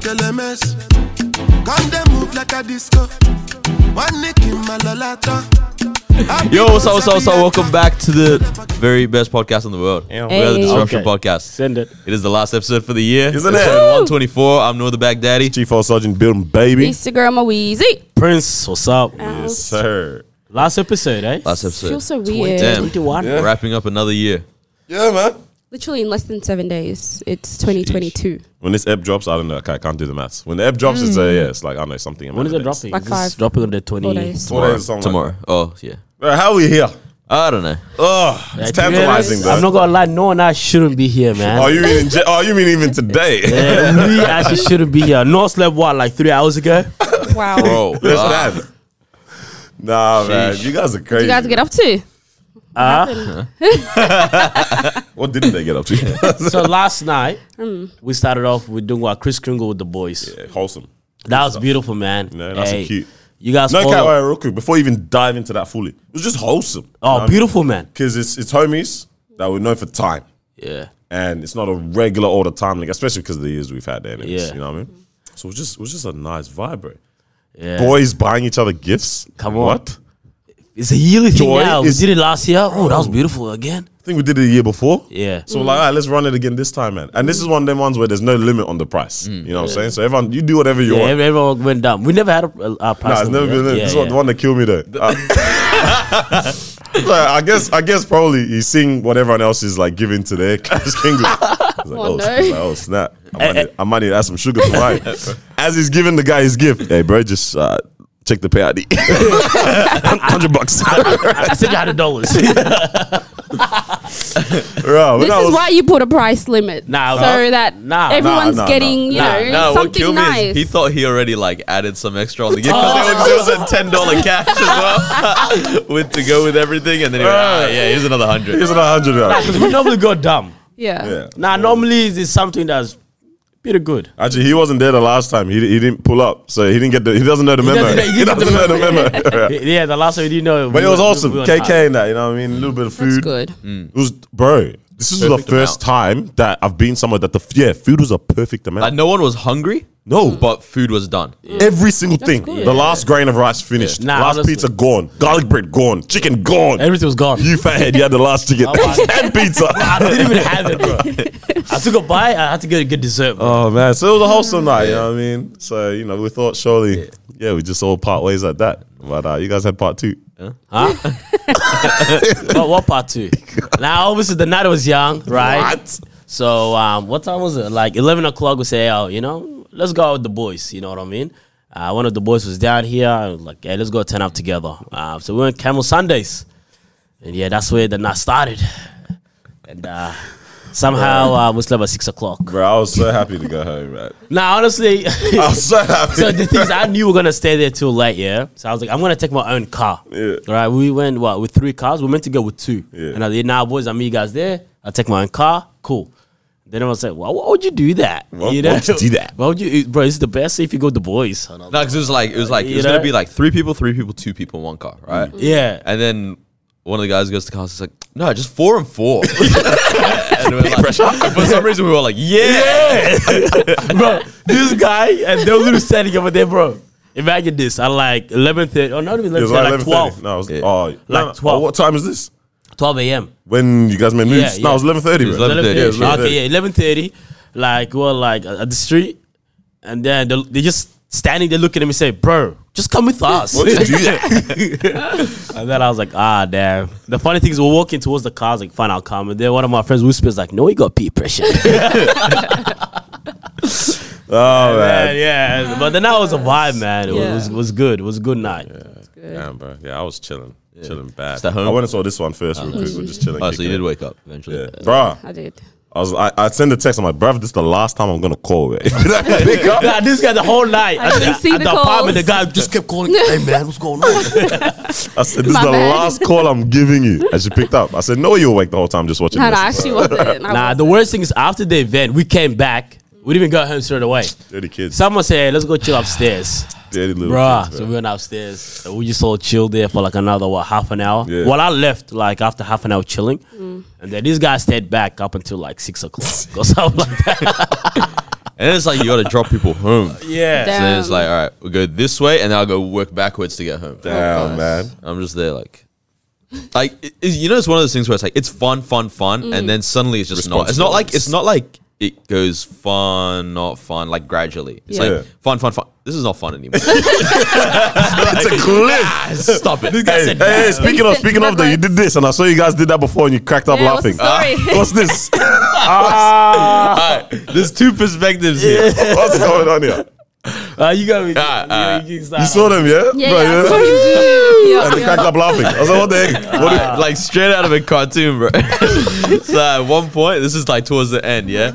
Kelemes. Come they move like a disco. One nick in my lolata. Yo, what's up, what's up, what's up? Welcome back to the very best podcast in the world. Yeah. We're the Hey. Disruption Okay. Podcast. Send it. It is the last episode for the year. Isn't it? Episode Woo! 124. I'm Noah the Bag Daddy. Chief O Sergeant Building Baby. It's your girl Moeezy. Prince, what's up? Yes, sir. Last episode, eh? Last episode. Feels so weird. Damn. 21. We're Wrapping up another year. Yeah, man. Literally in less than seven days. It's 2022. When this app drops, I don't know. Okay, I can't do the maths. When the app Mm. drops, it's uh, yeah, it's like I know something. When is it amount of days. dropping? Like Is five. this dropping on the 20. Four days. Tomorrow. something Tomorrow. Oh, yeah. Like. Bro, how are we here? I don't know. Oh, it's tantalizing, I'm bro. not gonna lie, no and I shouldn't be here, man. oh, you mean? In je- oh, you mean even today? yeah, we actually shouldn't be here. No slept what, like three hours ago? Mm. Wow. Oh, uh, Bro. That's wow. that. Nah, man, Sheesh. you guys are crazy. You guys get up to? Ah? What didn't they get up to? so last night Mm. we started off with doing what Chris Kringle with the boys. yeah, wholesome. That was beautiful, man. No, that's cute. You guys No, cat, follow. wait, real quick before you even dive into that fully, it was just wholesome. Oh, beautiful, man. Because it's it's homies that we know for time, Yeah. and it's not a regular all the time, like especially because of the years we've had there. and it's- Yeah. you know what I mean. So it was just it was just a nice vibe, bro. Yeah. boys buying each other gifts. Come on. What? It's a yearly thing Joy now. We is- did it last year. Oh, that was beautiful again. I think we did it the year before. Yeah. Mm. So we're like, all right, let's run it again this time, man. And this is one of them ones where there's no limit on the price. You know what I'm saying? So everyone, you do whatever you Mm. Yeah, want. every- everyone went down. We never had a, a, a Nah, price. it's never limit, been. right? this is one, the one that killed me though. Uh, it's like, I guess, I guess, probably he's seeing what everyone else is like giving to their Clash Kingdom. I was like, Oh, oh, no. s- I was like, oh, snap! I Eh, might, need, I might need to add some sugar to mine. As he's giving the guy his gift, hey, bro, just uh, check the pay ID. Hundred bucks. I said you had a dollars. Bro, when This I is was- why you put a price limit. Nah, so nah. that Nah, nah, everyone's nah, nah. getting, you Nah, know, No, what something killed me nice. is he thought he already like added some extra on the Oh. gift because it was it was a ten dollar cash as well with to go with everything, and then he went, Uh. ah, yeah, here's another hundred. Here's another hundred. right? Because we normally go dumb. yeah. Yeah. Nah, normally it's something that's pretty good. Actually, he wasn't there the last time. He, he didn't pull up, so he didn't get the. He doesn't know the memo. doesn't know- he He doesn't didn't know the memo. Yeah. Yeah, the last time we didn't know. But we it was were- awesome. we were- Mm. KK and that, you know what I mean? A little bit of That's food. good. It was, bro. This is the Perfect first time that I've been somewhere that the f- yeah food was a perfect Like amount. no one was hungry, No, but but food was done. every single thing. good. The last grain of rice finished. Nah, last honestly. pizza gone. Garlic bread gone. Chicken gone. Everything was gone. you fathead, you had the last chicken my- and pizza. I didn't even have it, bro. I took a bite. I had to get a good dessert. Bro. Oh man, so it was a wholesome night. You know what I mean? So you know, we thought surely, yeah, we just all part ways like that. But uh, you guys had part two. What, what part two? now, obviously, the night was young, right? What? So, um, what time was it? Like 11 o'clock, we say, oh, you know, let's go out with the boys. You know what I mean? Uh, one of the boys was down here. I was like, hey, let's go turn up together. Uh, so, we went Camel Sundays. And yeah, that's where the night started. And uh, somehow uh, we slept at 6 o'clock. Bro, I was so happy to go home, man. Now, honestly, I was so happy. so the things I knew we are gonna stay there till late, yeah. So I was like, I'm gonna take my own car. Yeah. Right. We went what with three cars. We are meant to go with two. Yeah. And I said, Nah, boys, I meet you guys there. I take my own car. Cool. Then I was like, Well, why would you do that? Why- why would you do that? Why would you, bro? It's the best if you go with the boys. And I was like, No, because it was like it was like it You was gonna know? Mm-hmm. be like three people, three people, two people, in one car, right? Yeah. And then one of the guys goes to Carlos. He's like, no, just four and four. and we're like, for some reason, we were like, yeah. bro, this guy and they were literally standing over there, bro. Imagine this. I like 11:30. Oh, not even It 11:30. was like, Like, 11:30. 12. No, it was, Yeah. oh, no, no. 12. Oh, what time is this? 12 a.m. When you guys made moves? Yeah, No, yeah. it was 11.30, bro. 11:30. 11:30. Yeah, it was Okay, yeah, eleven thirty. Like we're like at the street, and then they they just standing there looking at me say, "Bro, just come with us." Why did you do that? and then I was like, "Ah, damn." The funny thing is, we're walking towards the cars, like, "Fine, I'll come." And then one of my friends whispers, "Like, no, he got peer pressure." oh, man, man. yeah, but then that was a vibe, man. It Yeah. was it was good. It was a good night. Damn, bro. Yeah, I was chilling. Chilling bad. Just at home? I went and saw this one first real quick. We're just chilling. Oh, so you kicking did it. wake up eventually. Yeah. Bro, I did. I, was, I, I sent a text. I'm like, bruv, this is the last time I'm going to call. It. Nah, this guy the whole night I at didn't see at the the apartment, the calls. guy just kept calling. Hey man, what's going on? I said, this My is the bad. last call I'm giving you. And she picked up. I said, no, you're awake the whole time just watching No, no, this. I actually wasn't. I nah, wasn't. the worst thing is after the event, we came back. We didn't even go home straight away. Dirty kids. Someone said, hey, "Let's go chill upstairs." Dirty little Bruh. kids, So bro. we went upstairs. and We just all chilled there for like another what half an hour. Yeah. Well, I left like after half an hour chilling, Mm. and then this guy stayed back up until like six o'clock or something like that. And it's like you gotta drop people home. Yeah. So then it's like, all right, we'll go this way, and then I'll go work backwards to get home. Damn, man. I'm just there, like, like it, it- you know, it's one of those things where it's like it's fun, fun, fun, and then suddenly it's just not. It's not like it's not like it goes fun, not fun, like gradually. It's Yeah. Yeah. like fun, fun, fun. This is not fun anymore. It's a cliff. Ah, Stop it. Hey, hey, hey, speaking of Instant speaking of that, you did this, and I saw you guys did that before, and you cracked up Yeah, what's laughing. the story? Ah, what's this? Ah, All right, there's two perspectives here. what's going on here? Uh, you got me. Ah, ah. you, you You saw them, yeah? Yeah, Bro, yeah, I saw you do it. And they Yeah, cracked yeah. up laughing. I was like, what the heck? What the- like straight out of a cartoon, bro. so at one point, this is like towards the end, yeah.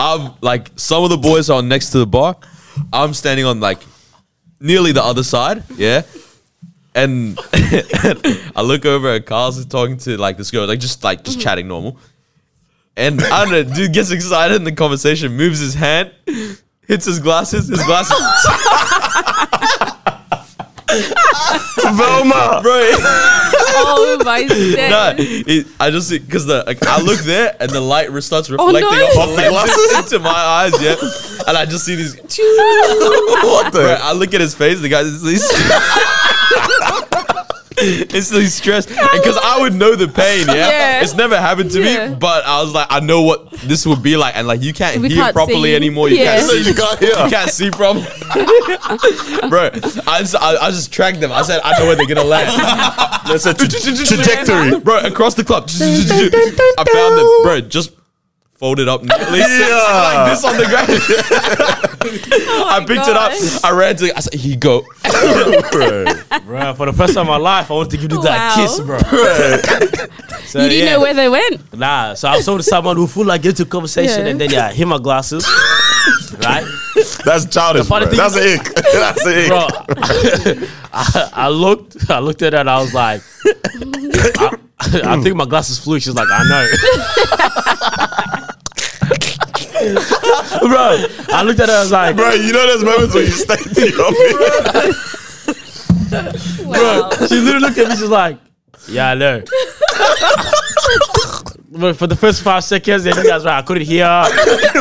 I'm like some of the boys are next to the bar. I'm standing on like nearly the other side, yeah. And I look over at Carl's talking to like this girl, like just like just chatting normal. And I don't know, dude gets excited in the conversation, moves his hand, hits his glasses, his glasses, Velma! bro. Oh my days. No, it, I just because the like, I look there and the light re- starts Oh, no. reflecting off Off the the glasses into my eyes, yeah, and I just see these. What the Bro, heck? I look at his face. The guy, he's, he's instantly stressed because I would know the pain. Yeah? Yeah. it's never happened to Yeah. me, but I was like, I know what this would be like, and like you can't We hear can't properly see. anymore. You Yeah. can't see. You got here. You can't see properly, bro. I just, I, I just tracked them. I said, I know where they're gonna land. That's a tra- trajectory. bro. Across the club, I found them, bro. Just folded up neatly, Yeah. like this on the ground. I picked it Oh gosh. up. I ran to. I said, "He go." Bro. Bro, for the first time in my life, I wanted to give you that Wow. kiss, bro. So, You didn't know where they went. Nah, so I saw someone who full like into conversation Yeah. and then yeah, hit my glasses. right? That's childish. funny Bro. thing That's an ick. That's an ick. Bro. I, I looked I looked at her and I was like I, I think my glasses flew. She's like, I know. bro, I looked at her, I was like, Bro, you know those moments when you stay to your bed? Wow. she literally looked at me, she's like, Yeah, I know. But for the first five seconds, yeah, you guys right. I couldn't hear. I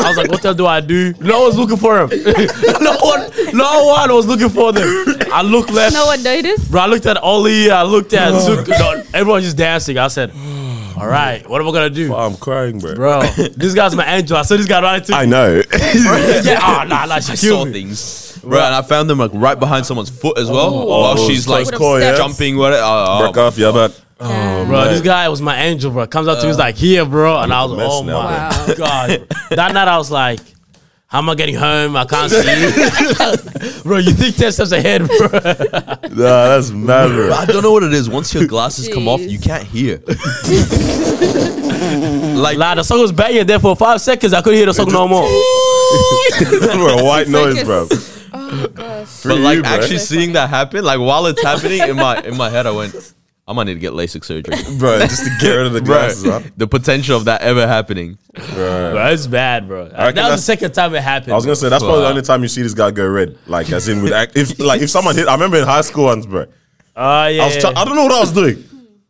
was like, "What the hell do I do?" No one's looking for him. no one, no one was looking for them. I looked left. No one noticed. Bro, I looked at Ollie. I looked at Zook. No, everyone just dancing. I said, "All right, what am I gonna do, I'm crying, bro. bro? This guy's my angel." I saw this guy right too. I know. yeah, ah, nah, nah, she I saw killed me. things, bro, and I found them like right behind someone's foot as well, while Oh, she's like close call, yeah. jumping. What? Oh, Break off, yeah, but Bro, this guy was my angel, bro. Comes up to me, he's like, "Here, bro," and I was, mess "Oh my now, bro. god!" that night, I was like, "How am I getting home? I can't see." bro, you think ten steps ahead, bro? nah, that's mad, Bro, bro. I don't know what it is. Once your glasses come off, you Jeez. can't hear. like, Nah, the song was banging there for five seconds. I couldn't hear the song no more. Oh, bro white noise, like bro. Oh gosh. but you, like bro. actually So seeing that happen, like while it's happening in my in my head, I went, I might need to get LASIK surgery. Bro, just to get rid of the Bro, glasses, huh? the potential of that ever happening. Bro. Bro, it's bad, bro. That reckon was the that's- second time it happened. I was gonna say that's Wow. probably the only time you see this guy go red. Like as in with act- if like if someone hit I remember in high school once, bro. Oh yeah. I was try- I don't know what I was doing.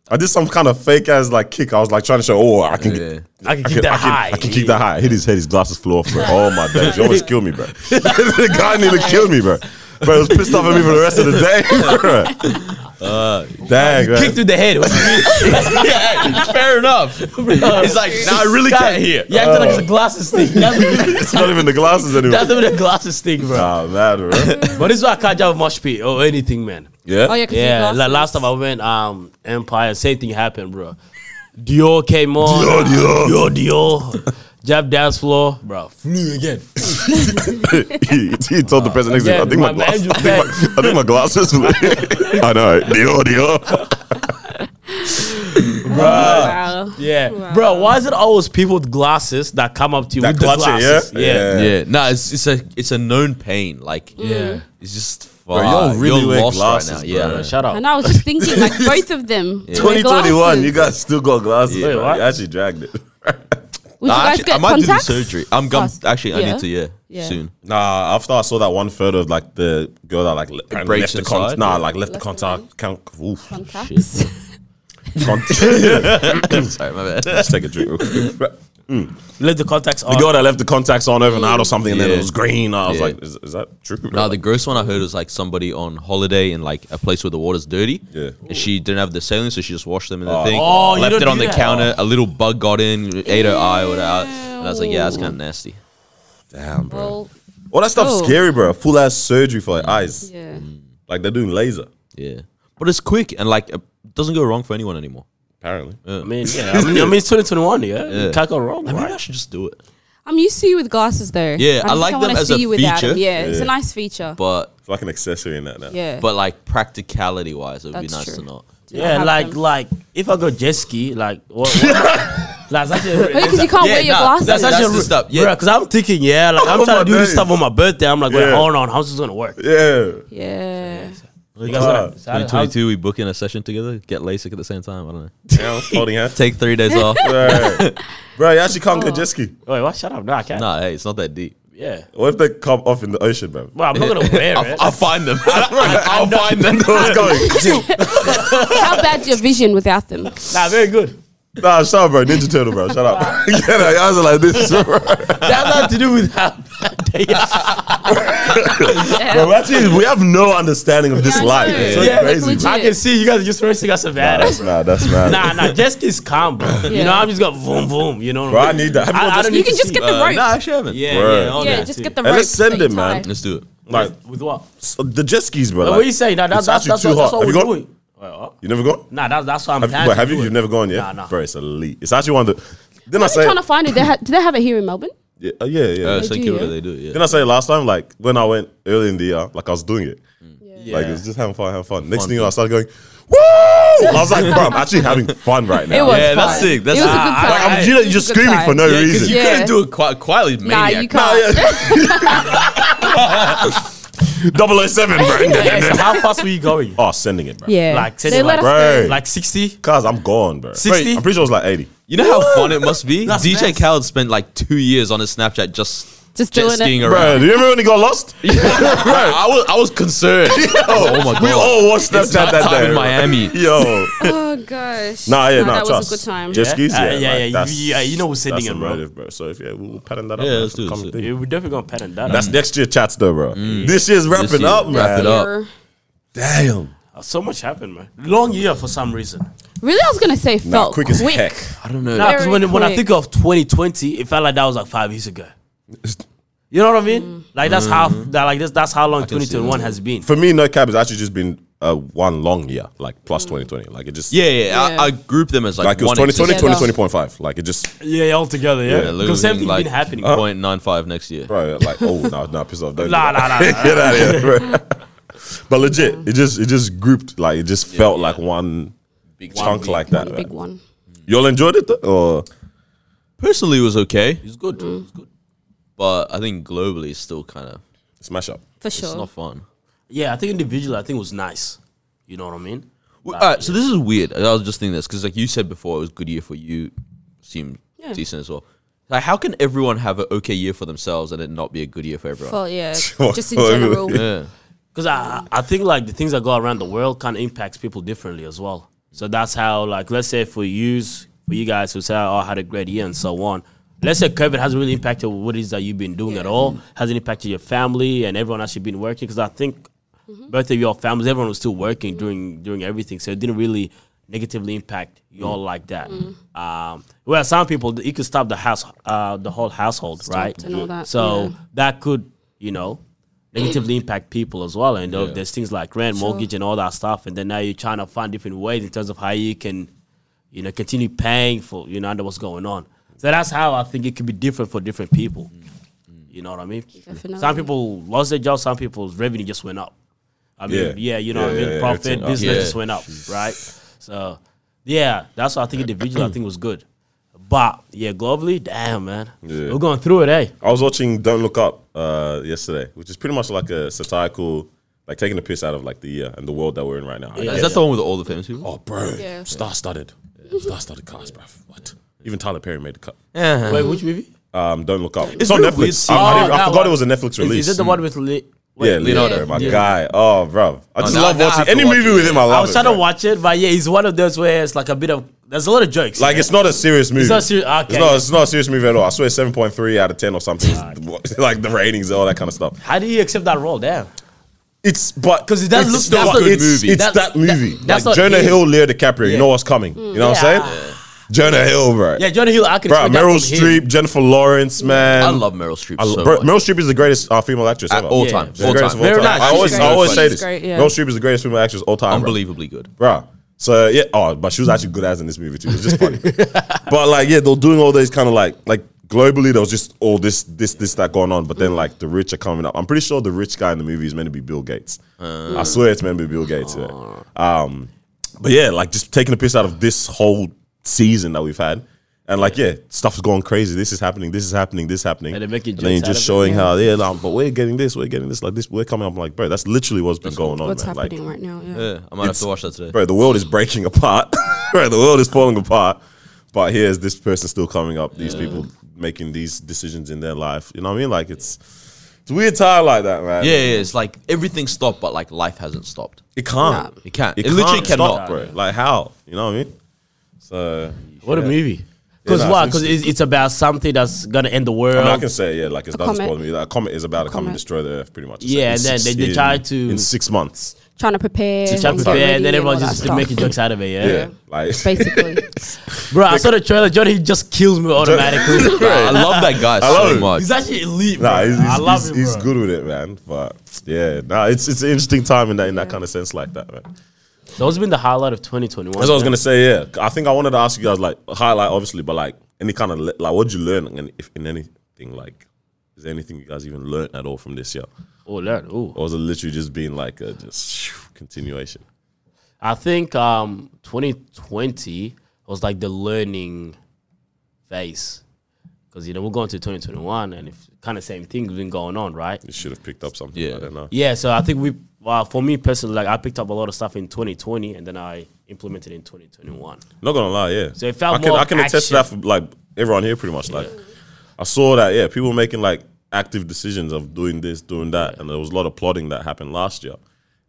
I did some kind of fake ass like kick. I was like trying to show, oh, I can get Yeah. I can keep I can, that I can, high. I can keep that high. Hit his head, his glasses flew off, bro. Oh my days, you always kill me, bro. the guy nearly killed me, bro. Bro, he was pissed off at me for the rest of the day, Uh, bro. Dang, bro. Kick through the head. What do you yeah, fair enough. mean? It's like, nah, I really Guy, can't hear. You acted like Oh. it's a glasses thing. That's, It's not even the glasses anymore. that's even a glasses thing, bro. Ah, mad, bro. But this is why I can't drive a mosh pit or anything, man. Yeah. Oh yeah, 'cause your Yeah, like glasses. last time I went um Empire, same thing happened, bro. Dior came on. Dior, Dior. Dior, Dior. Jab dance floor, bro. Flew again. he, he told the person next to him, Yeah, I think my, my glasses. man I think my, I think my glasses. I know. Dior, Dior. Wow. Yeah, bro. Why is it always people with glasses that come up to you That with the clutch it, glasses? yeah? Yeah. Yeah, no, it's it's a it's a known pain. Like, yeah, it's just fuck. y'all really you're wear lost glasses, right now. bro. Yeah, Bro, shut up. And I was just thinking, like both of them. wear 2021, you glasses. guys still got glasses. Wait, bro. what? You actually dragged it. Would you I guys actually, get I might contacts? do the surgery. I'm going Fast. actually. I Yeah. need to yeah, Yeah. soon. Nah, after I saw that one photo of like the girl that like le- breaks left the contact. inside? Nah, like left the Left contact. Count, oof, Contacts. contact. Sorry, my bad. Let's take a drink real quick. Leave the contacts on. The girl that left the contacts on overnight or something, and then Yeah. it was green. I was Yeah. like, is, is that true? bro? Now the gross one I heard was like somebody on holiday in like a place where the water's dirty. Yeah. And she didn't have the saline, so she just washed them in the Oh. thing. Oh, you left don't it on do the that. counter. A little bug got in, ate her eye, or out. And I was like, yeah, that's kind of nasty. Damn, bro. Well, All that stuff's Oh. scary, bro. Full ass surgery for like, eyes. yeah. Like they're doing laser, Yeah. But it's quick and like it doesn't go wrong for anyone anymore. apparently. I mean, yeah. I mean, I mean, it's 2021, yeah. You can't go wrong, I mean, right? I should just do it. I'm used to you with glasses though. Yeah, I just like don't them wanna as a see you without feature. them. Yeah, it's Yeah. a nice feature. But It's like an accessory in that now. yeah, but like practicality wise, it would be That's nice to true. not. Yeah, have like them. like if I go jet ski, like what? what like that's actually, because you can't wear your nah, glasses. That's, that's that's actually the rude. stuff. yeah, Yeah, because I'm thinking, yeah, like I'm Oh trying my to do this days. stuff on my birthday. I'm like, wait, Yeah. hold on, how's this gonna work? Yeah. yeah, You guys wanna- Wow. so how- how- 2022, we book in a session together, get LASIK at the same time. I don't know. yeah holding hands. Take three days off. Bro, bro, you actually can't go jet ski. Wait, what? Shut up! No, I can't. nah, hey, it's not that deep. Yeah, What if they come off in the ocean, bro? well, I'm not gonna wear it. I'll find them. I'll find them. What's going? how bad's your vision without them? Nah, very good. nah, shut up, bro. Ninja Turtle, bro. Shut up. yeah, no, your eyes are like this, bro. That's not to do with how. bro. Actually, we have no understanding of this Yeah, I life. know. It's so Yeah, like crazy. legit. bro. I can see you guys just racing us a Nah, bad. that's mad. That's mad. Nah, nah, jet skis calm, bro. You Yeah. know, I'm just gonna boom, boom. You know, Bro, I need that. Have you I- got I jet don't ski? You can just get the rope. Nah, I actually haven't. yeah, Word. yeah, all yeah, that just too. get the rope. Hey, let's send that you it, man. tie. Let's do it. like, with what? so the jet skis, bro. But like, what you saying? That, that, it's that's actually that's too what, that's hot. what Have we're you gone? doing. Wait, what? You never gone? Nah, that's that's what I'm. Have you, planning wait, to have you? do You've it. never gone yet? Nah, nah. Bro, it's elite. It's actually one of the. Didn't I I'm say? trying to find it. They ha- do they have it here in Melbourne? Yeah, uh, yeah, yeah. Uh, They St. do, Kilda, yeah? they do it, yeah. Didn't I say last time? Like when I went early in the year, like I was doing it. Like it was just having fun, having fun. Next Fun thing you know, thing. I started going, woo! I was like, bro, I'm actually having fun right now. It was Yeah, that's fun. sick. That's it was sick. a good Ah, time. Like I'm you know, It was you're a just good screaming time. for no Yeah, because reason. you Yeah. couldn't do it quite quietly, Nah, maniac. you Nah, can't. yeah. 007, Yeah, bro. so how fast were you going? oh, sending it, bro. Yeah, Like, send they it let us like- Bro. go. Like sixty? Cause I'm gone, bro. 60? I'm pretty sure it was like 80. You know how fun it must be? That's DJ mess. Khaled spent like two years on his Snapchat just, Just jet doing it. skiing Bro, around. do you remember when he got lost? I, was, I was concerned. oh my god. We all watched Snapchat It's nap that time day. in bro. Miami. Yo. Oh gosh. Nah, yeah, No, nah, that trust. was a good time. Jet skis, Uh, yeah, yeah, like, yeah, you- that's- yeah, you know we're sending that's it, the bro. motive, bro. So if yeah, we'll pattern that up. Yeah, bro, let's for the do it, coming let's thing. do Yeah, we're definitely gonna pattern that. That's up. next year chats, though, bro. This year's wrapping year, up, wrap man. it up. Damn. Nah, Uh, so much happened, man. Long year for some reason. Really, I was gonna say felt quick as heck. I don't know. Nah, because Very when, when I quick. think of 2020, it felt like that was like five years ago. You know what I mean? Mm. Like that's how that like this, that's how long can see 2021 that. has been. For me, no cap has actually just been uh, one long year, like plus 2020. Like it just. Yeah, yeah. Yeah. I, I group them as like, Like it was one 2020, existence. 2020.5. Like it just, Yeah, yeah, altogether, yeah. Because losing everything's like been happening. uh, 0.95 next year. bro, like, oh, no, no, piss off. Don't do Nah, nah, that. nah, nah. Get out of here, bro. But legit, it just, it just grouped. Like it just felt like one big chunk big- like that. Big right? one. Y'all enjoyed it, though? Or. Personally, it was okay, It's good. It's good. but I think globally, it's still kind of Smash up. For it's sure. not fun. Yeah, I think individual, I think it was nice. You know what I mean? Well, all right, so this is weird. I was just thinking this because, like you said before, it was a good year for you. Seemed Yeah. decent as well. Like, how can everyone have an okay year for themselves and it not be a good year for everyone? Felt yeah. What- Just in what- general. yeah, Because I, I think like the things that go around the world kind of impacts people differently as well. So that's how like let's say for yous, for you guys who say oh I had a great year and so on. Let's say COVID hasn't really impacted what it is that you've been doing at all. Hasn't impacted your family and everyone actually been working. Because I think Mm-hmm. both of your families, everyone was still working during during everything, so it didn't really negatively impact y'all like that. Mm-hmm. Um, whereas some people, you could stop the house, uh, the whole household, right? and all that, So yeah. that could, you know, negatively impact people as well. And there- Yeah. there's things like rent, mortgage, and all that stuff. And then now you're trying to find different ways in terms of how you can, you know, continue paying for, you know, under what's going on. So that's how I think it could be different for different people. Mm. You know what I mean? Some Definitely. people lost their job. Some people's revenue just went up. I mean, Yeah. yeah, you know Yeah, what I mean? yeah, yeah, Profit, everything up. business Yeah. just went up, right? So, yeah, that's what I think individual, I think was good. But, yeah, globally, damn, man. Yeah. We're going through it, eh? I was watching Don't Look Up uh, yesterday, which is pretty much like a satirical, like taking the piss out of like the year and the world that we're in right now. is that the one with all the famous people? oh, bro, Yeah. star studded, star studded cast, bro. What? Even Tyler Perry made the cut. Yeah. Wait, which movie? Um, Don't Look Up. It's, It's on really weird Netflix. I, I seeing- didn't- I Oh, that forgot it one. was a Netflix Is, release. is it the one with Le- yeah, Leonardo. Leonardo, my Yeah. guy. Oh, bro, I just now- love now I have watching to any watch movie it. with him. I love I was it. trying bro. to watch it, but yeah, it's one of those where it's like a bit of there's a lot of jokes. Like it's not a serious movie. not serious- okay. It's not, it's not a serious movie at all. I swear, seven point three out of ten or something. It's like the ratings, all that kind of stuff. how do you accept that role? Damn. It's but 'Cause it does it's look- still that's a not- good it's- movie. It's that, that- movie. that- that's like not Jonah it. Hill, Leo DiCaprio. You know what's coming. you know what I'm yeah. saying? Jonah Hill, bro. Yeah, Johnny Hill. I can. bro. expect that Meryl from him. Streep, Jennifer Lawrence, man. I love Meryl Streep I lo- so bro, much. Meryl Streep is the greatest uh, female actress At ever. all Yeah. time. She's the All greatest time. of all Very time. nice. I always, She's I always great. say She's this. great, yeah. Meryl Streep is the greatest female actress all time. bro. Unbelievably good. Bruh. So yeah, oh, but she was actually good as in this movie too. It's just funny. but like, yeah, they're doing all these kind of like, like globally, there was just all this, this, this, that going on. But then like the rich are coming up. I'm pretty sure the rich guy in the movie is meant to be Bill Gates. I swear it's meant to be Bill Gates. Yeah. Um, but yeah, like just taking a piss out of this whole season that we've had. And like, yeah, stuff's going crazy. This is happening. This is happening. This is happening. And they're making jokes then you're out just of showing how, yeah, nah, but we're getting this, we're getting this, like this, we're coming up. I'm like, bro, that's literally what's been going on. What's man. Like, happening right now? Yeah. Yeah, I might have to watch that today. bro, the world is breaking apart. bro, the world is falling apart. But here's this person still coming up. These people making these decisions in their life. You know what I mean? Like it's it's a weird time like that, man. Yeah, yeah, it's like everything stopped, but like life hasn't stopped. it can't. It can't. It, literally can't cannot. stop, bro. Like how? You know what I mean? So What a movie. Because nah, what? it's Because it's, it's about something that's gonna end the world. I, mean, I can say yeah, like it's doesn't comet. spoil me. Like, a comet is about to come and comet. destroy the earth, pretty much. Yeah, It's like and in then they- they six- try in- to- in six months. Trying to prepare. Trying to and get prepare, ready and then all everyone's that just stuff. making jokes out of it. Yeah, Yeah, like Basically, bro. I saw the trailer. Johnny Hill just kills me automatically. Bro, I love that guy love so it. much. he's actually elite. Bro. Nah, he's, he's, I love he's, him, he's bro. good with it, man. But yeah, nah, it's it's an interesting time in that in that kind of sense, like that, man. Those been the highlight of 2021. That's what I was gonna say. Yeah, I think I wanted to ask you guys like highlight, obviously, but like any kind of le- like what would you learn and if in anything like is there anything you guys even learned at all from this year, Oh, learn. Oh, or was it literally just being like a just continuation? I think um 2020 was like the learning phase. Because you know we're going to 2021, and if kind of same thing's been going on, right? You should have picked up something. Yeah. I don't know. Yeah, so I think we, well, for me personally, like I picked up a lot of stuff in 2020, and then I implemented in 2021. Not gonna lie, yeah. So it felt I can, more I can attest to that for like everyone here, pretty much. Like I saw that, yeah, people making like active decisions of doing this, doing that, and there was a lot of plotting that happened last year.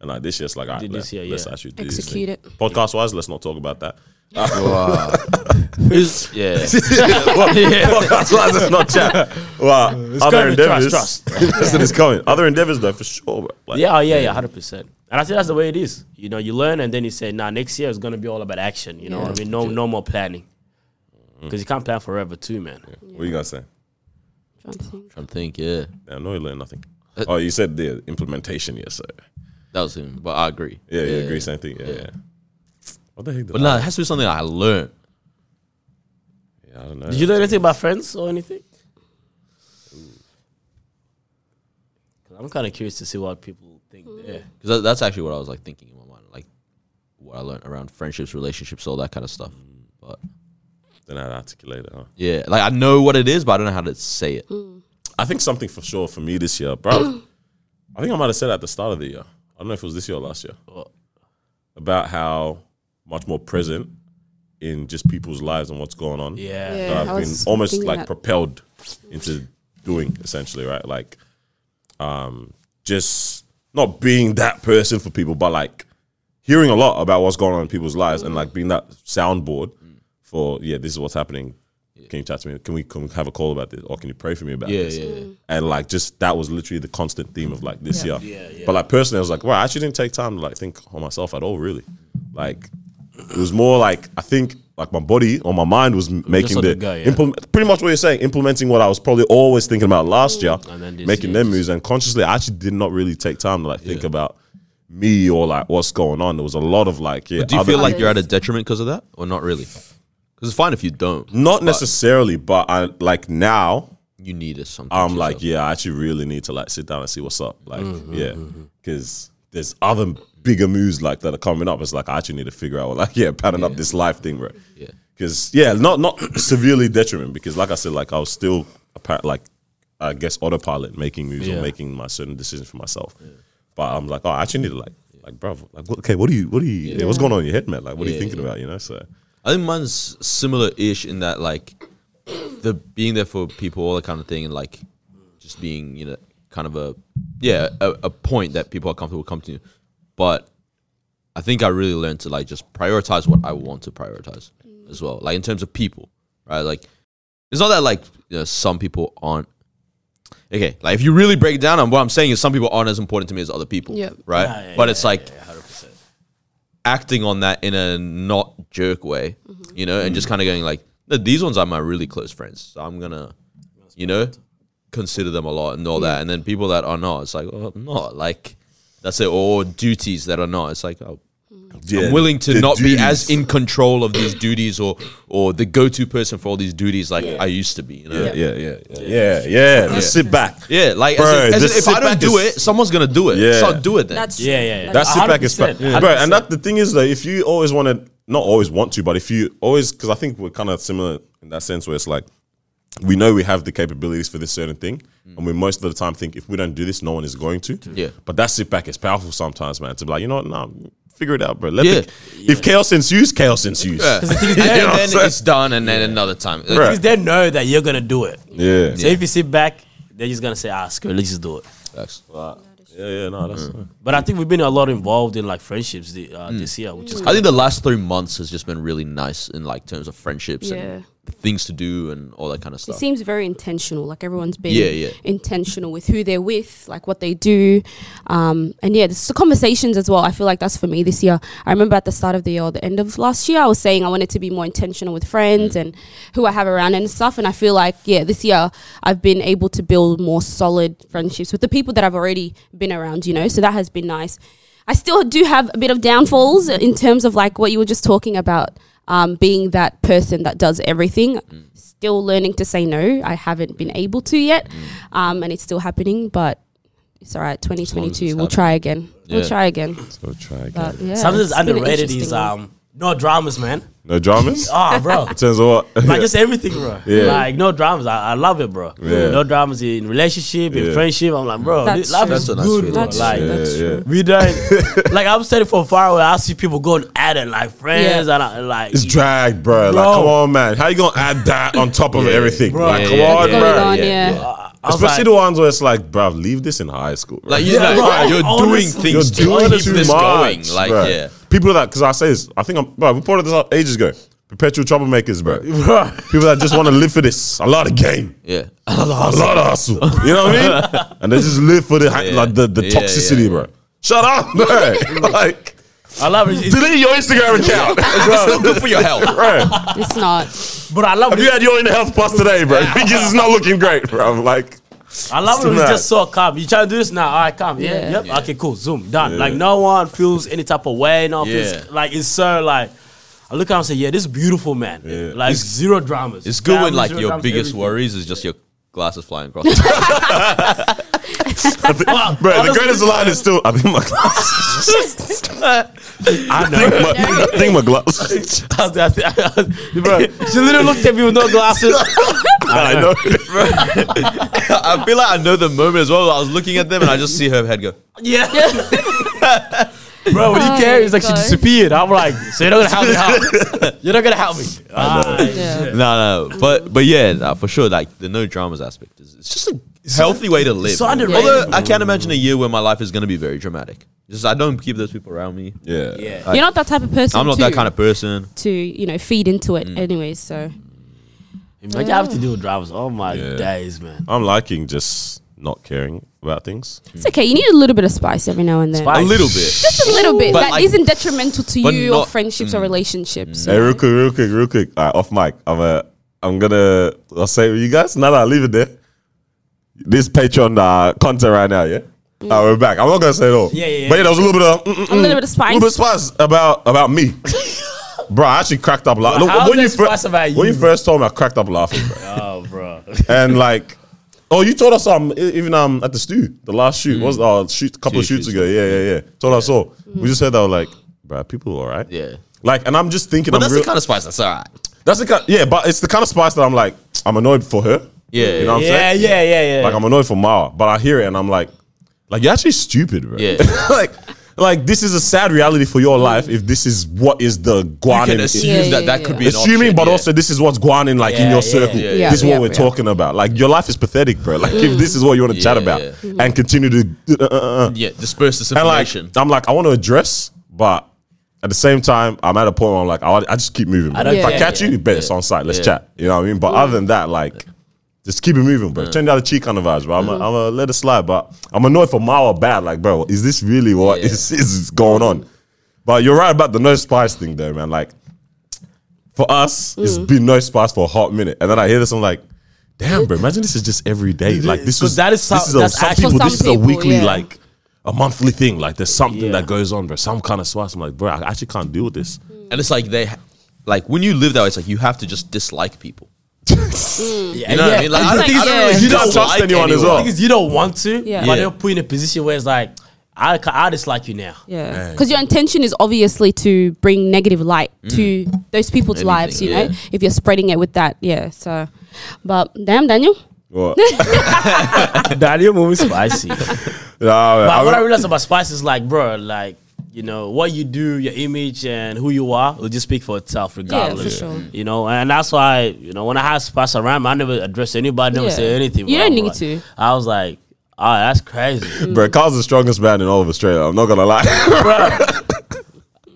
And like this year's like, all right, Did let's, this year, let's yeah. actually do Execute this it. thing. Podcast wise, let's not talk about that. Wow. He's- yeah. Podcast wise, let's not chat. Wow, other coming, trust, endeavors. Listen, it's coming. Other endeavors though, for sure. Bro. Like, Yeah, oh, yeah, yeah, hundred percent. And I think that's the way it is. You know, you learn, and then you say, "Nah, next year is gonna be all about action." You know what I mean? No, no more planning, because you can't plan forever, too, man. What you guys saying? Trying to think. trying to think, yeah. Yeah, no, you learned nothing. Uh, oh, you said the implementation, yes, sir. That was him, but I agree. Yeah, you agree, same thing. Yeah, yeah. What the heck? Did But I, no, it has to be something I learned. yeah, I don't know. Did you learn anything about friends or anything? 'Cause I'm kind of curious to see what people think Hmm. there. Because that, that's actually what I was like thinking in my mind, like what I learned around friendships, relationships, all that kind of stuff. But Don't know how to articulate it, huh? yeah, like I know what it is, but I don't know how to say it. I think something for sure for me this year, bro. I think I might have said at the start of the year. I don't know if it was this year or last year. What? About how much more present in just people's lives and what's going on. Yeah. Yeah. that I've I been was almost thinking like that. propelled into doing essentially, right? Like, um, just not being that person for people, but like hearing a lot about what's going on in people's lives and like being that soundboard for yeah, this is what's happening. Can you chat to me? Can we can we have a call about this, or can you pray for me about Yeah, this? yeah, yeah. Mm. And like, just that was literally the constant theme of like this year. But like personally, I was like, wow, I actually didn't take time to like think on myself at all, really. Like, it was more like I think like my body or my mind was m- making on the, the go, yeah. implement, pretty much what you're saying, implementing what I was probably always thinking about last year, And then this making year them moves, and consciously I actually did not really take time to like think about me or like what's going on. There was a lot of like, yeah, Do you other- feel like you're at a detriment because of that, or not really? Because it's fine if you don't. not but necessarily, but I like now You need it sometimes. I'm yourself. like, yeah, I actually really need to like sit down and see what's up. Like, yeah, because there's other bigger moves like that are coming up. It's like I actually need to figure out, like, yeah, pattern up this life thing, bro. Yeah. Because yeah, not not severely detriment because like I said, like I was still apparent, like I guess autopilot making moves or Yeah. making my certain decisions for myself. But I'm like, oh, I actually need to like. Like, bro, like, what- okay, what do you, what do you, yeah, what's going on in your head, man? Like, what are you Yeah, thinking yeah. about, you know? So, I think mine's similar-ish in that like the being there for people, all that kind of thing, and like just being you know kind of a yeah, a, a point that people are comfortable coming to. But I think I really learned to like just prioritize what I want to prioritize as well. Like in terms of people, right? Like it's not that like you know, some people aren't. Okay, like if you really break it down, on what I'm saying is some people aren't as important to me as other people, Yep. right? Yeah, yeah, but yeah, it's like yeah, 100%. acting on that in a not jerk way, Mm-hmm. you know, and just kind of going like, no, these ones are my really close friends. So I'm gonna, you know, consider them a lot and all that. And then people that are not, it's like, oh, I'm not like that's it. Or duties that are not, it's like, oh, Yeah, I'm willing to the not be as duties. in control of these duties or or the go to person for all these duties like I used to be. You know? Yeah, yeah, yeah, yeah, yeah. yeah. Let's sit back. Yeah, like as Bro, in- as this in, if I don't sit back do is- it, someone's gonna do it. Yeah. Yeah. So do it then. That's Yeah, yeah, yeah. That sit back 100%, is fun, yeah. bro. And that the thing is, like, if you always want to, not always want to, but if you always, because I think we're kind of similar in that sense, where it's like we know we have the capabilities for this certain thing, and we most of the time think if we don't do this, no one is going to. Yeah. But that sit back is powerful sometimes, man. To be like, you know what, nah, figure it out, bro. Let Yeah. the, if chaos ensues, chaos ensues. yeah. You and know what I'm then saying? it's done, and then another time. Like, Bruh. Because they know that you're gonna do it. yeah. So if you sit back, they're just gonna say, "Ah, screw, it, let's just do it." facts. yeah, yeah, no, that's But I think we've been a lot involved in like friendships the, uh, this year, which is Hmm. I think the last three months has just been really nice in like terms of friendships Yeah. and things to do and all that kind of It stuff. seems very intentional. Like everyone's being Yeah, yeah. intentional with who they're with, like what they do, um, and yeah, just the conversations as well. I feel like that's for me this year. I remember at the start of the year, or the end of last year, I was saying I wanted to be more intentional with friends Mm. and who I have around and stuff. And I feel like yeah, this year I've been able to build more solid friendships with the people that I've already been around. You know, so that has been nice. I still do have a bit of downfalls in terms of like what you were just talking about. Um, being that person that does everything, still learning to say no. I haven't been able to yet, um, and it's still happening. But it's all right. Twenty long twenty as it's two. We'll happening. try again. We'll Yeah. try again. go try again. But yeah, something it's that's been an underrated is interesting one. um no dramas, man. No dramas. Ah, bro. Turns out, Like just everything, bro. Yeah. Like no dramas. I, I love it, bro. Yeah. No dramas in relationship, in Yeah. friendship. I'm like, bro, That's this life true. is That's a nice good, feeling. bro. That's like true. That's yeah. true. we don't like I'm standing from far away. I see people going at it like friends Yeah. and I, like It's drag, bro. Bro. Like, come on, man. How you gonna add that on top of everything? Bro. Like, Yeah, come yeah, on, yeah, Going bro. on, yeah. I was like, Especially the ones where it's like, bruv, leave this in high school. bruv. Like you know, Yeah, bro, you're honestly. doing things You're to doing keep too this much, going. Like bruv. yeah, people that because I say this, I think I'm, bro. We brought this up ages ago. Perpetual troublemakers, bro. people that just want to live for this. I love the game. yeah. I love, I love the hustle. You know what I mean? And they just live for the hi- Yeah. like the, the Yeah, toxicity, yeah. bro. Shut up, bro. like I love it. It's- delete your Instagram account, It's not good for your health. bro. It's not. but I love Have it. you had your in the health plus today, bro? Because it's not looking great, bro. I'm Like, I love too it. We mad. just so calm. You try to do this now. All right, calm. Yeah. Yeah. Yep. Okay. Cool. Zoom. Done. Like no one feels any type of way. No one Yeah. feels like it's so like. I look at him and say, "Yeah, this is beautiful, man. Like zero dramas. It's good when Family, like zero your dramas, biggest everything. worries is just your glasses flying across. the Well, bro, the honestly, greatest line is still. I think my glasses. I think my, I think my glasses. I was- I was- I was- bro, she literally looked at me with no glasses. I know. I feel like I know the moment as well. I was looking at them and I just see her head go. yeah. bro, what do you Oh care? my It's like she God. disappeared. I'm like, so you're not gonna help me out. You're not gonna help me. Ah, Yeah. No, no, but but yeah, nah, for sure. Like the no dramas aspect is it's just a healthy way to live. so underrated. Although I can't imagine a year where my life is going to be very dramatic. Just I don't keep those people around me. Yeah. yeah. You're not that type of person. I'm not to, that kind of person. to you know feed into it, anyways. So Imagine I have to deal with dramas. Oh my days, man. I'm liking just not caring about things. it's okay. You need a little bit of spice every now and then. A Spice. little bit. Just a little bit But that like- not detrimental to but you or not- friendships Mm. or relationships. Hey, real quick, real quick, real quick. All right, off mic. I'm uh, I'm gonna. I'll say it with you guys. No, no, leave it there. This Patreon uh, content right now, yeah. Uh, we're back. I'm not gonna say it all. Yeah, yeah, yeah. But yeah, there was a little bit of mm, mm, A little bit of a spice. little bit of spice about about me, bro. I actually cracked up laughing. Bro, how's there spice about when you? you first told me, I cracked up laughing, bro. Oh, bro. and like, oh, you told us um e- even um at the stew the last shoot was uh shoot couple Mm. Two of shoots shoots ago. Yeah, yeah, yeah. Told us all. We just heard that we're like, bro, people all right. Yeah. Like, and I'm just thinking, But I'm that's real- the kind of spice that's all right. that's the kind. Yeah, but it's the kind of spice that I'm like, I'm annoyed for her. Yeah, you know what I'm Yeah, yeah, saying. yeah, yeah. Like I'm annoyed for Mara, but I hear it and I'm like, like you're actually stupid, bro. Yeah. like Like this is a sad reality for your life if this is what is the You Guanan. can assume Yeah, that yeah, that yeah. could be an Assuming, option, but yeah. also this is what's going in like in Yeah, your yeah, circle. yeah, Mm. yeah. this is Yeah, what we're yeah. talking about. Like your life is pathetic, bro. Like if this is what you want to chat Yeah, about yeah. and continue to, uh, uh, uh, uh. yeah, disperse this and like information. I'm like I want to address, but at the same time I'm at a point where I'm like I, I just keep moving. Bro. don't if I care, catch you, you, bet it's on site. Let's chat. You know what I mean? But other than that, like. Just keep it moving, bro. Turn the other cheek on the vibes, bro. I'm gonna let it slide, but I'm annoyed for my or bad. Like, bro, is this really what Yeah. is is going on? But you're right about the no spice thing, though, man. Like, for us, it's been no spice for a hot minute, and then I hear this, I'm like, damn, bro. Imagine this is just every day. Like, this 'Cause was that is how- this is a, that's some actually- people. For This is some a people, weekly, yeah. like a monthly thing. Like, there's something Yeah. that goes on, bro. Some kind of spice. I'm like, bro, I actually can't deal with this. and it's like they, ha- like when you live that way, it's like you have to just dislike people. Yeah, You know what I mean? Like, I don't It's think like, I don't yeah. really You don't trust dislike anyone as anyone. well. thing is, you don't want to, Yeah. but Yeah. they'll put you in a position where it's like, I, ca- I dislike you now. Yeah, because your intention is obviously to bring negative light Mm. to those people's Anything, lives, you yeah. know. If you're spreading it with that, yeah. So, but damn, Daniel, What? Daniel movie spicy. but Nah, man, I what I mean- realized about spice is like, bro, like you know what you do, your image, and who you are will just speak for itself, regardless. sure. You know, and that's why you know when I had spice around, me, I never addressed anybody, never Yeah. said anything. You bro. don't I'm need like- to. I was like, oh, that's crazy, bro, Carl's the strongest man in all of Australia. I'm not gonna lie. bro.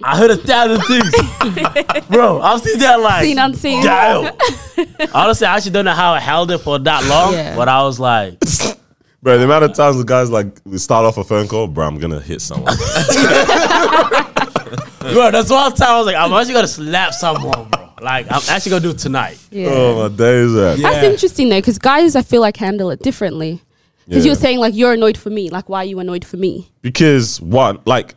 I heard a thousand things, bro. I'm sitting there like seen unseen. Damn. Honestly, I actually don't know how I held it for that long, Yeah. but I was like, bro, the amount of times the guys like we start off a phone call, bro, I'm gonna hit someone. bro, that's one time I was like, I'm actually gonna slap someone, bro. Like, I'm actually gonna do it tonight. Yeah. Oh my days, man. That's Yeah. interesting though, because guys, I feel like handle it differently. Because Yeah. you're saying like you're annoyed for me, like why are you annoyed for me? Because one, like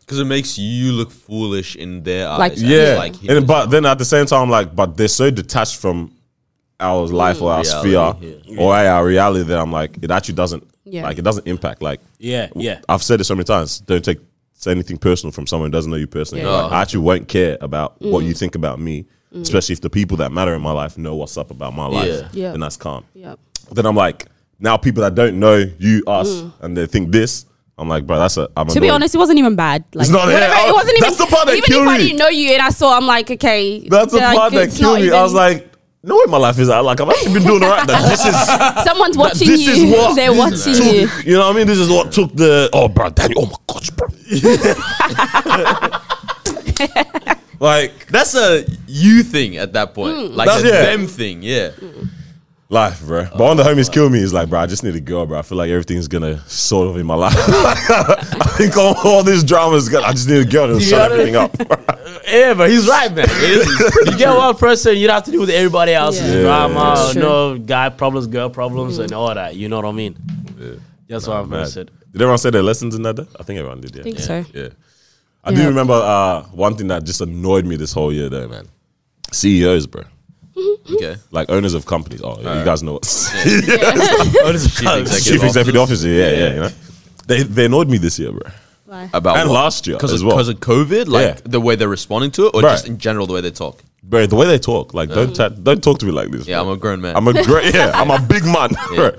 Because it makes you look foolish in their Like, eyes. and it's yeah, like, and, but then at the same time, like, but they're so detached from our life or our Reality, sphere or our reality that I'm like, it actually doesn't, Yeah. like, it doesn't impact. Like, Yeah, yeah. I've said it so many times. Don't take say anything personal from someone who doesn't know you personally. Yeah. Like, I actually won't care about what you think about me, especially if the people that matter in my life know what's up about my life. Yeah. Yeah. then that's calm. Yep. Then I'm like, now people that don't know you, us, and they think this. I'm like, bro, that's a. I'm To be annoyed. honest, it wasn't even bad. Like, It's not- yeah, whatever, oh, it wasn't even. that's the part that even killed if I me. didn't know you and I saw, I'm like, okay. That's the like, part that it's not killed me. I was even- like, no way my life is. I like I've actually been doing alright. That this is someone's that watching Uh, this you. is what They're this watching you. took, you. know what I mean? This is what took the oh bro, daddy, oh my gosh, bro. like That's a you thing at that point. Mm. Like That's- a yeah. them thing, yeah. life, bro. But on the Oh, homies kill me is like, bro, I just need a girl, bro. I feel like everything's gonna sort of in my life. I think all, all this drama is gonna. I just need a girl to shut gotta- everything up. Yeah, but he's right, man. you get one person, you don't have to deal with everybody else's Yeah. Yeah. drama, That's true. no guy problems, girl problems, and all that. You know what I mean? That's what I'm gonna say. Did everyone say their lessons in that? Day? I think everyone did. Yeah. think so. Yeah. I do Yeah. remember uh, one thing that just annoyed me this whole year, though, man. CEOs, bro. Okay. Like owners of companies. Oh, yeah, you guys know what. Chief Chief executive executive officer. Yeah, yeah. you know? They they annoyed me this year, bro. Why? about And what? last year because as of, well. 'cause of COVID, like Yeah. the way they're responding to it, or Right. just in general the way they talk. Bro, the way they talk, like don't ta- don't talk to me like this. Yeah, bro. I'm a grown man. I'm a great. Yeah, I'm a big man. bro.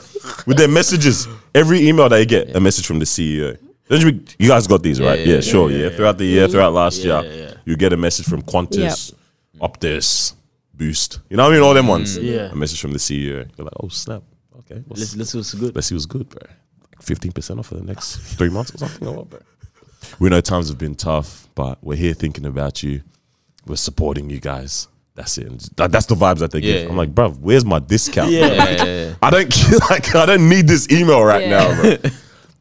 With their messages, every email that you get, a message from the CEO. Don't you, you guys got these right? yeah, Yeah, yeah, sure. Yeah, throughout the year, throughout last Yeah, year, yeah, yeah. you get a message from Qantas, Optus, Boost. You know what I mean? All them ones. Yeah. A message from the CEO. You're like, oh snap. Okay. what's- Let's let's see what's good. let's see what's good, bro. Fifteen percent off for the next three months or something, or what, bro? We know times have been tough, but we're here thinking about you. We're supporting you guys. That's it. And that- that's the vibes that they Yeah, give. I'm yeah. like, bro, where's my discount? Yeah. yeah, yeah, yeah. I don't like. I don't need this email right Yeah. now, bro.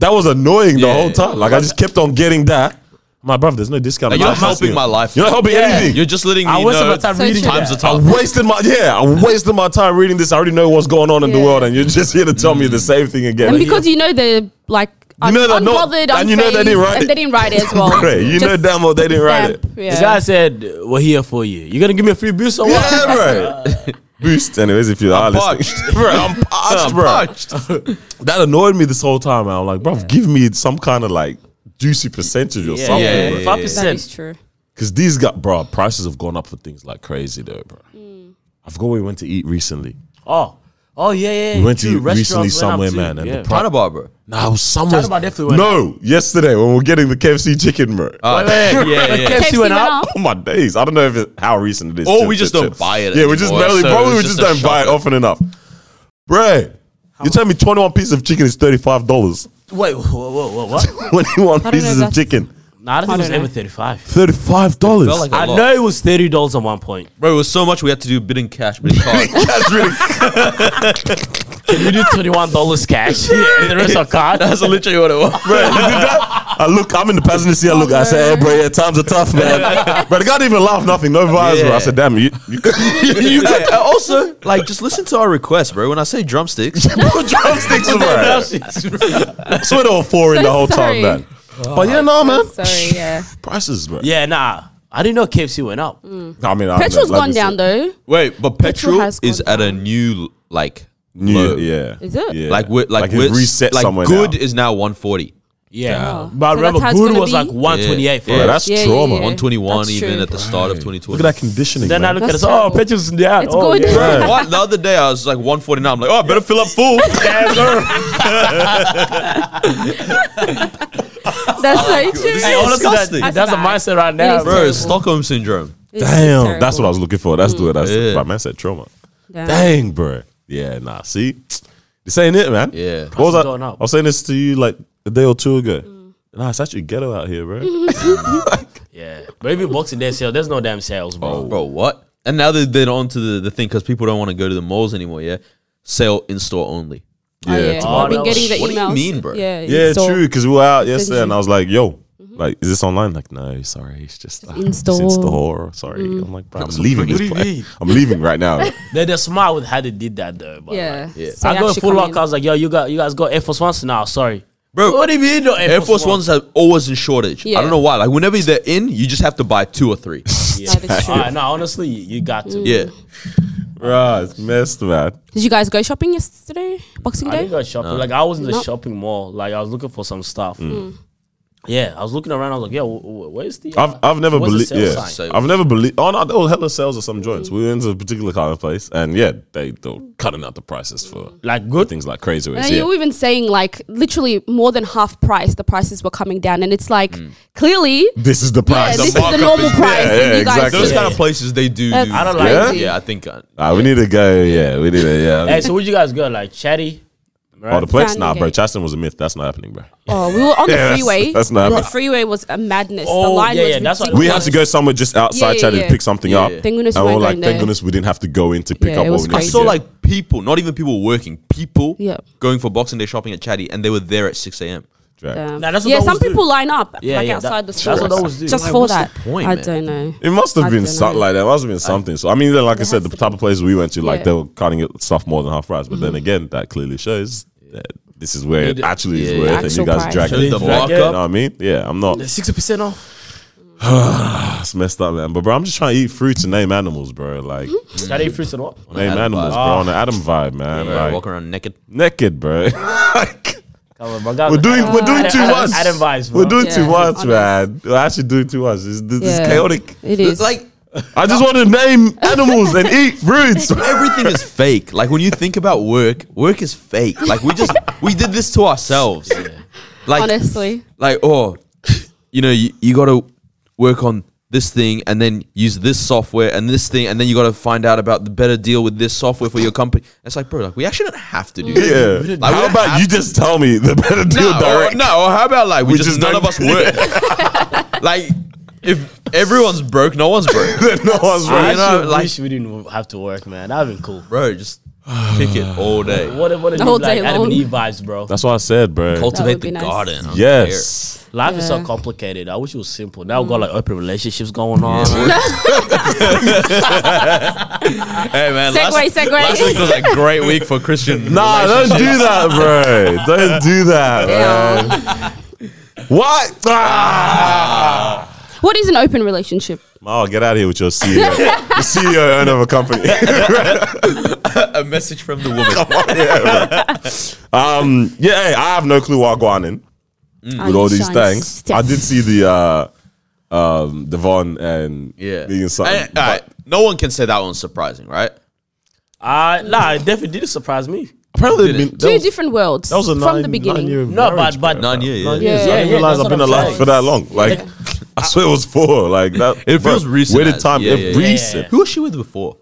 That was annoying the Yeah. whole time. Like I just kept on getting that. My brother, there's no discount. Like, I'm you're not not helping asking- my life. You're not helping anything. You're just letting me I know. wasted my time So reading true. Times are that. tough. I'm wasting my yeah. I'm wasting my time reading this. I already know what's going on in the Yeah. world, and you're just here to tell me the same thing again. And because you know they're like You know they're not- unbothered, and you know unfazed, they didn't write and it. they didn't write it as well. Right, you know damn well they didn't write stamp, it. Yeah. This guy said, "We're here for you. You gonna give me a free boost or what?" Yeah, bro. Boost. Anyways, if you are listening, parched. bro, I'm parched, I'm bro. parched. That annoyed me this whole time. man. I'm like, bro, give me some kind of like juicy percentage or something. yeah, bro. yeah. five That is percent. true. Cause these got bro, prices have gone up for things like crazy though, bro. I forgot where we went to eat recently. Oh, Oh yeah, yeah. We went to true. recently Restaurants went up somewhere, too, man, and the yeah. price- China bar, bro. Nah, it was somewhere. Chatted about definitely went no, yesterday when we were getting the KFC chicken, bro. Uh, yeah, yeah. KFC went up. Oh my days! I don't know if it, how recent it is. Or Chill, we just chill, don't chill. buy it Yeah, we just anymore, barely. so probably it's we just just a don't buy it shocker. often enough, bro. You tell me twenty one pieces of chicken is thirty five dollars. Wait, whoa, whoa, whoa, what? Twenty one know if pieces of that's- chicken, No, I don't think it was don't know. ever thirty-five. thirty five dollars. Felt like a I lot. know it was thirty dollars at one point. Bro, it was so much we had to do bidding cash, bidding card. That's really Can we do twenty-one dollars cash? yeah, and the rest are card. That's literally what it was. bro. You did that? I look. I'm in the passenger seat. I look. I say, hey, bro, yeah, times are tough, man. but the guy didn't even laugh. Nothing. No vibes, bro. Yeah. I said, damn, you. you, you Hey, uh, also, like, just listen to our request, bro. When I say drumsticks, put drumsticks in my I swear they were four in So the whole sorry. time, man. but yeah, no, man. Sorry, yeah. Prices, bro. yeah, nah. I didn't know KFC went up. Mm. I mean, Petrol's I, like gone you down said, though. wait, but Petrol petrol, has is gone at a new like New, low. yeah. Is it? Yeah. Like we're like, it we're reset like somewhere good now. is now 140, Yeah, Oh. but I So remember that's how it's good gonna was be? like one twenty-eight for Yeah. Bro, us. that's Yeah, yeah, trauma. yeah. Look 121 That's even true. at the start of 2020. at that conditioning, Then I man. look That's at us. Oh, terrible. petrol's down. It's oh, going yeah. down. What the other day I was like 149. I'm like, oh, I better fill up full. That's so true. Hey, honestly, that- Disgusting. that's a That's mindset right now, is bro, bro. it's Stockholm syndrome. Damn, that's what I was looking for. Mm. That's the that's Yeah. the, my man said trauma. Damn. Dang, bro. Yeah, nah. See, this ain't it, man. Yeah. What was I? Prices going up. I was saying this to you like a day or two ago. Nah, it's actually ghetto out here, bro. Yeah, Oh. but even Boxing Day sale, there's no damn sales, bro. Bro, what? And now that they're on to the, the thing because people don't want to go to the malls anymore, yeah? Sell in store only. Oh, yeah. to I've buy been those. getting the What do you emails. mean, bro? Yeah, Yeah, in-store. true. Because we were out yesterday, and you. I was like, "Yo, like, is this online?" Like, no, sorry, it's just uh, it's in in-store. store. Sorry, I'm like, bro, I'm leaving. What This do you mean? place. I'm leaving right now. They're, they're smart with how they did that, though. But Yeah. Like, So I they go actually full come lock. in. I was like, yo, you got you guys got Air Force Ones now? Sorry, Bro, What do you mean? No Air, Air Force Ones are always in shortage. I Yeah. don't know why. Like whenever they're in, you just have to buy two or three. Yeah, that's true. All right, no, honestly, you, you got to. yeah. Bro, it's messed, man. Did you guys go shopping yesterday? Boxing I Day? didn't go shopping. Like I was in the Nope. Mm. shopping mall. Like I was looking for some stuff. Yeah, I was looking around. I was like, yeah, wh- wh- where's the? I've I've never believed. Yeah, sign? I've never believed. Oh no, there were hella sales of some joints. We went to a particular kind of place, and yeah, they they're cutting out the prices for uh, Like good. things like crazy. And Ways. Yeah. you were even saying like literally more than half price, the prices were coming down, and it's like clearly, This is Mm. the yeah, price. this is The the markup normal is- price, Yeah, and yeah, you guys exactly. Those just kind of places they do. That's do- I don't yeah? like it. yeah, I think. Uh, Ah, we need to go. Yeah, we need to. Yeah. Hey, so where'd you guys go? Like chatty. Right? Oh, the place? Nah, bro. Sandgate. Chaston was a myth. That's not happening, bro. Oh, we were on Yeah, the that's- freeway. that's not The happening. freeway was a madness. the Oh, line yeah, was yeah, that's what- We ridiculous. had to go somewhere just Yeah, outside Chad yeah, and yeah. pick something Yeah, up. yeah. Thank goodness and we we were weren't like, going thank there. goodness we didn't have to go in to pick Yeah, up it what was we needed. crazy. So Yeah. like people, not even people working, people Yeah. going for Boxing Day shopping at Chatty, and they were there at six a.m. Right. Um, Nah, that's what yeah, those some do. people line up Yeah, like yeah, that- outside the that's store what those do. just Like, for what's the that. point, I man? don't know. It must have I been don't something know. like that. It must have been something. So I mean, then like I said, the type of places we went to, Yeah. like Mm-hmm. they were cutting it stuff more than half price. But then again, that clearly shows that this is where it Yeah, actually yeah, is worth, and actual you guys price. drag Shows it the forward. markup. You know what I mean? Yeah, I'm not. Sixty percent off. That's messed up, man. But bro, I'm just trying to eat fruits and name animals, bro. Like Mm-hmm. Chatty fruits and what? name Adam animals, vibe. bro. On an Adam vibe, man. Bro, like, walk around naked. naked, bro. Come on, my guys We're are- doing we're doing Adam- too Adam- much. Adam vibes, bro. We're doing Yeah, too much, honest. man. We're actually doing too much. This, this Yeah. is chaotic. It is. It's like I just want to name animals and eat fruits. everything is fake. Like when you think about work, work is fake. Like we just we did this to ourselves. Like Honestly. like oh, you know you, you got to work on this thing and then use this software and this thing and then you got to find out about the better deal with this software for your company. It's like bro, like we actually don't have to do. that. Yeah. We don't how have about you just tell me the better deal no, direct? Or, no, or how about like we, We just, just none don't- of us work. like if everyone's broke, no one's broke. Then no one's I right. You know, actually like- wish we didn't have to work, man. That'd been cool. Bro, just kick it all day. What a, what a The whole new, like, day Adam long. and Eve vibes, bro. That's what I said, bro. That Cultivate would the be nice. garden. I don't yes. Life is so Yeah. Mm. complicated. I wish it was simple. Now we've got like open relationships going on. care. Hey man, Segway, last, last week segway. was a great week for Christian. Nah, don't relationships. do that, bro. Don't do that, Yeah. man. What? Ah! What is an open relationship? Mal, Oh, get out of here with your CEO. the CEO owner of a company. A message from the woman. um, yeah, hey, I have no clue what going in Mm. with all these things. I did see the uh, um, Devon and Yeah. Megan Sutton. And- all right, no one can say that one's surprising, right? Uh, nah, it definitely did surprise me. Apparently, Did been, it? that Two was- different worlds that was a from nine, the beginning. Nine-year No, but- marriage, but- bro. Nine years, Nine yeah. years. Yeah, I didn't yeah, realize that's I've been what I'm alive saying. for that long. Like I swear it was four. Like that. It feels bro, recent Waited as- time. yeah, it yeah, yeah. recent. Who was she with before?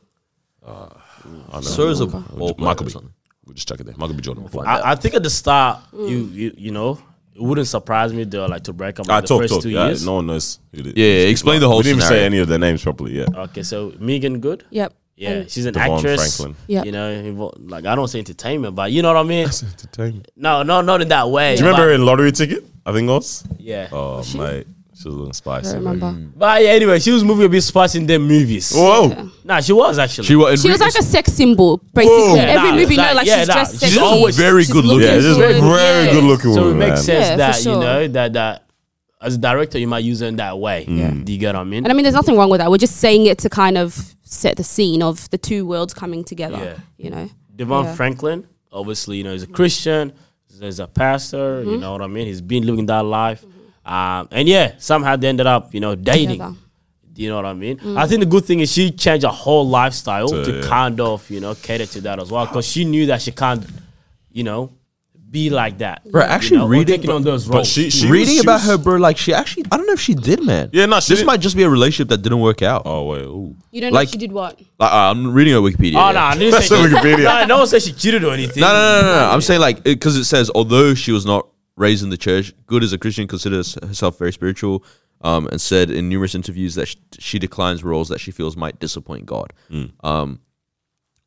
So is a ball player Michael or B. something. We'll just check it there. Michael B. Jordan. I, I think at the start, you, you you know, it wouldn't surprise me though, like to break up in I the Ah, talk, first talk. two Yeah, years. no one knows. Who did. Yeah, yeah, explain the whole We didn't even say scenario. any of their names properly. Yeah. Okay, so Megan Good. Yep. Yeah, And she's an Devon actress. Franklin. Yeah. You know, invo- like I don't say entertainment, but you know what I mean. Entertainment. No, no, not in that way. Do you remember but- in lottery ticket? I think it was. Yeah. Oh mate, she was looking I spicy. don't bro. remember. But yeah, anyway, she was moving a bit spicy in them movies. Whoa. Nah, she was actually. She was. She was like a sex symbol, basically. Yeah, Every nah, movie, like, no, like yeah, she's nah, dressed she's sexy. always very She's good looking. Yeah, Yeah, this is very yeah. good looking so it woman. man. makes sense Yeah, for that you sure. know that that as a director you might use her in that way. Mm. Do you get what I mean? And I mean, there's nothing wrong with that. We're just saying it to kind of set the scene of the two worlds coming together. Yeah. You know. Devon Yeah. Franklin, obviously, you know, he's a Christian, he's a pastor, Mm-hmm. you know what I mean? He's been living that life. Um, and yeah, somehow they ended up, you know, dating. Together. Mm. Do You know what I mean? I think the good thing is she changed her whole lifestyle So, to yeah. kind of, you know, cater to that as well. Because she knew that she can't, you know, be like that. Bro, actually or reading- taking on those roles. But she, she reading was- she about was- her, bro. Like she actually, I don't know if she did, man. Yeah, nah, she this didn't- might just be a relationship that didn't work out. Oh wait. Ooh. You don't know Like- if she did what. Like, uh, I'm reading her Wikipedia. Oh yeah. no, I didn't That's say on she- Wikipedia. No, no one said she cheated or anything. No, no, no, no, no. I'm saying like because it says although she was not raised in the church, good as a Christian considers herself very spiritual, um, and said in numerous interviews that she, she declines roles that she feels might disappoint God. Um,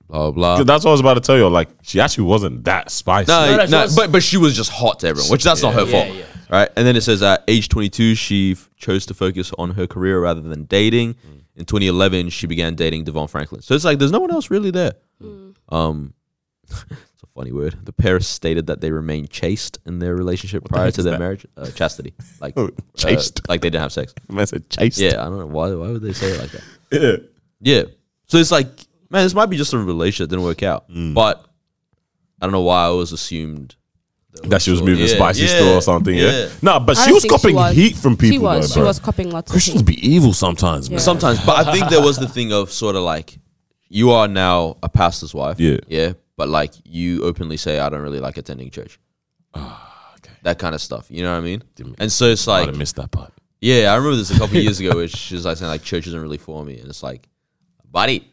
blah blah. blah. That's what I was about to tell you. Like she actually wasn't that spicy. No, no, No, no, she was- but but she was just hot to everyone, which that's not her Yeah, fault, yeah. right? And then it says at age 22, she f- chose to focus on her career rather than dating. In 2011, she began dating Devon Franklin. So it's like there's no one else really there. Um, it's a funny word. The pair stated that they remained chaste in their relationship prior heck to is their that? marriage. Uh, chastity, like Oh, uh, chaste. like they didn't have sex. I meant to chase. Yeah, I don't know why. Why would they say it like that? Yeah. Yeah. So it's like, man, this might be just a relationship that didn't work out. But I don't know why I always assumed. That she was moving Yeah, spicy yeah, still or something. Yeah. yeah. Nah, but I she was think copying heat from people. She was. though, she bro. was copying lots of Christians heat. be evil sometimes, man. Yeah. Sometimes, but I think there was the thing of sort of like, you are now a pastor's wife. Yeah. Yeah. But like, you openly say, I don't really like attending church. That kind of stuff, you know what I Ah, mean? And so it's I'd like, have missed that part. yeah, I remember this a couple years ago where she was like saying like church isn't really for me, and it's like, buddy,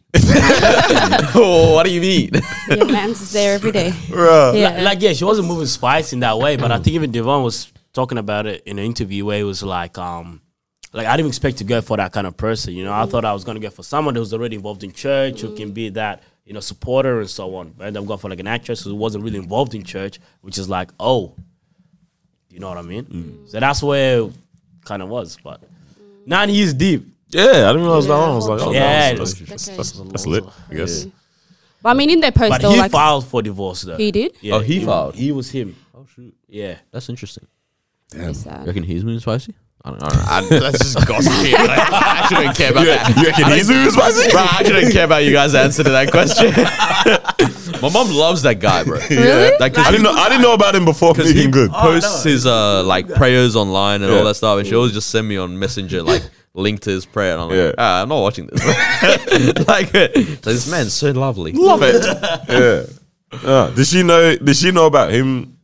Oh, what do you mean? Your man's is there every day. Like, Yeah. like, yeah, she wasn't moving spice in that way, but I think even Devon was talking about it in an interview where it was like, um, like I didn't expect to go for that kind of person. You know, I thought I was gonna go for someone that was already involved in church who can be that you know supporter and so on. But I ended up going for like an actress who wasn't really involved in church, which is like, oh, you know what I mean? Mm. So that's where it kind of was, but nine years deep. Yeah, I didn't realize that Yeah. one. I was like, oh, Yeah. that was, that's, that's, that's, that's lit, I guess. But I mean, in their post, But they were he like, filed for divorce though. he did. Yeah, Oh, he filed. He was him. Oh shoot. Yeah. That's interesting. Very sad. You reckon he's moving spicy? I don't, I don't know. I, that's just gossiping. Like, I actually don't care about that. You reckon he's moving spicy? Bro, I actually don't care about you guys' answer to that question. My mom loves that guy, bro. Really? Like, I cause didn't know. I didn't know about him before. he, 'cause he Making good. posts his uh like prayers online and Oh, Yeah. all that stuff, and she always just send me on Messenger like link to his prayer, and I'm like, Yeah. ah, I'm not watching this. like, uh, so this man's so lovely. Love it. yeah. Yeah. Did she know? Did she know about him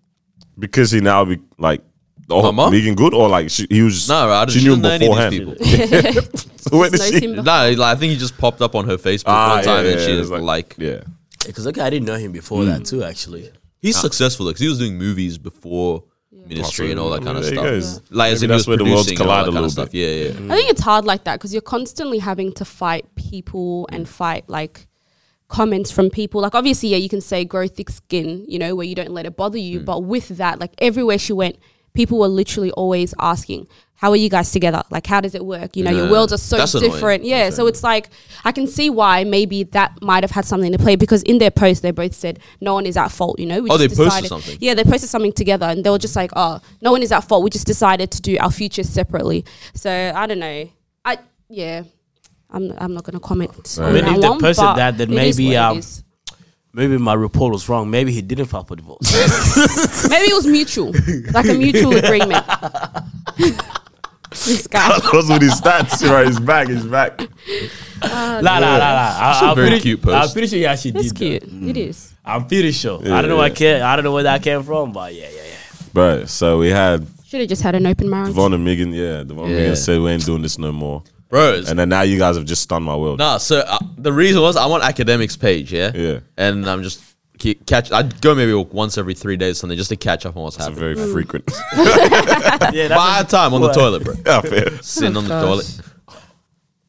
because he now be like, oh, My mom? Megan Good or like she, he was? Just, No, bro, I just she she knew him doesn't know any of beforehand. these people. So where did Knows she? him no, like, I think he just popped up on her Facebook Ah, one time, yeah, and yeah, she it was was like, Yeah. Because okay, I didn't know him before that too. Actually, He's successful because he was doing movies before ministry and all that kind of There you stuff. go. Like as if Maybe he that's was where the worlds producing and all collide that a kind of little stuff. Yeah, yeah. I think it's hard like that because you're constantly having to fight people and Mm. fight like comments from people. Like obviously, yeah, you can say grow thick skin, you know, where you don't let it bother Mm. you. But with that, like everywhere she went, people were literally always asking, "How are you guys together? Like, how does it work? You know, your Yeah. worlds are so That's annoying. different." Yeah, so it's like I can see why maybe that might have had something to play because in their post they both said no one is at fault. You know, we Oh, they just posted decided- something. yeah, they posted something together and they were just like, oh, no one is at fault. We just decided to do our futures separately. So I don't know. I yeah, I'm I'm not gonna comment. on I mean, that if they one, posted but that, then it is maybe, what it um, is. maybe my report was wrong. Maybe he didn't file for divorce. maybe it was mutual, like a mutual agreement. This guy. Carlos with his stats, right? He's back, he's back. La la la la. I- a I'm very pretty- cute post. I'm pretty sure he actually That's did cute. that. It is. I'm pretty sure. I don't know. I can I don't know where that came from, but yeah, yeah, yeah. Bro, so we had Should have just had an open marriage. Von and Megan, yeah. The one Yeah. Megan said we ain't doing this no more. bro. it's- And then now you guys have just stunned my world. Nah, so uh, the reason was I want academics page, yeah, Yeah. and I'm just keep catch. I'd go maybe once every three days or something just to catch up on what's It's happening. very frequent. Yeah, that's By time on the toilet, bro, yeah, fair. sitting on the gosh. toilet.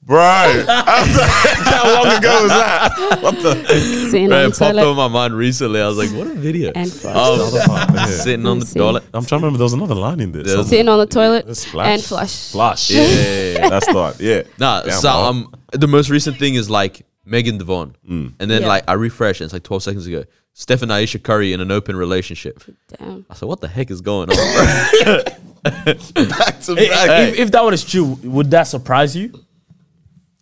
Bro, how long ago was that? Sitting Bro, it on the popped toilet over my mind recently. I was like, what a video. and flushed. Um, sitting on the Let's see. toilet. I'm trying to remember. There was another line in There this. was- Sitting on the toilet splash. and flush. Flash. Yeah, yeah, yeah. That's not. Yeah. Nah, Damn, so bro. um, the most recent thing is like Megan Devon, Mm. and then Yeah. like I refresh and it's like 12 seconds ago. Steph and Aisha Curry in an open relationship. Damn. I said, what the heck is going on? bro?" back to Hey, back. If, if that one is true, would that surprise you?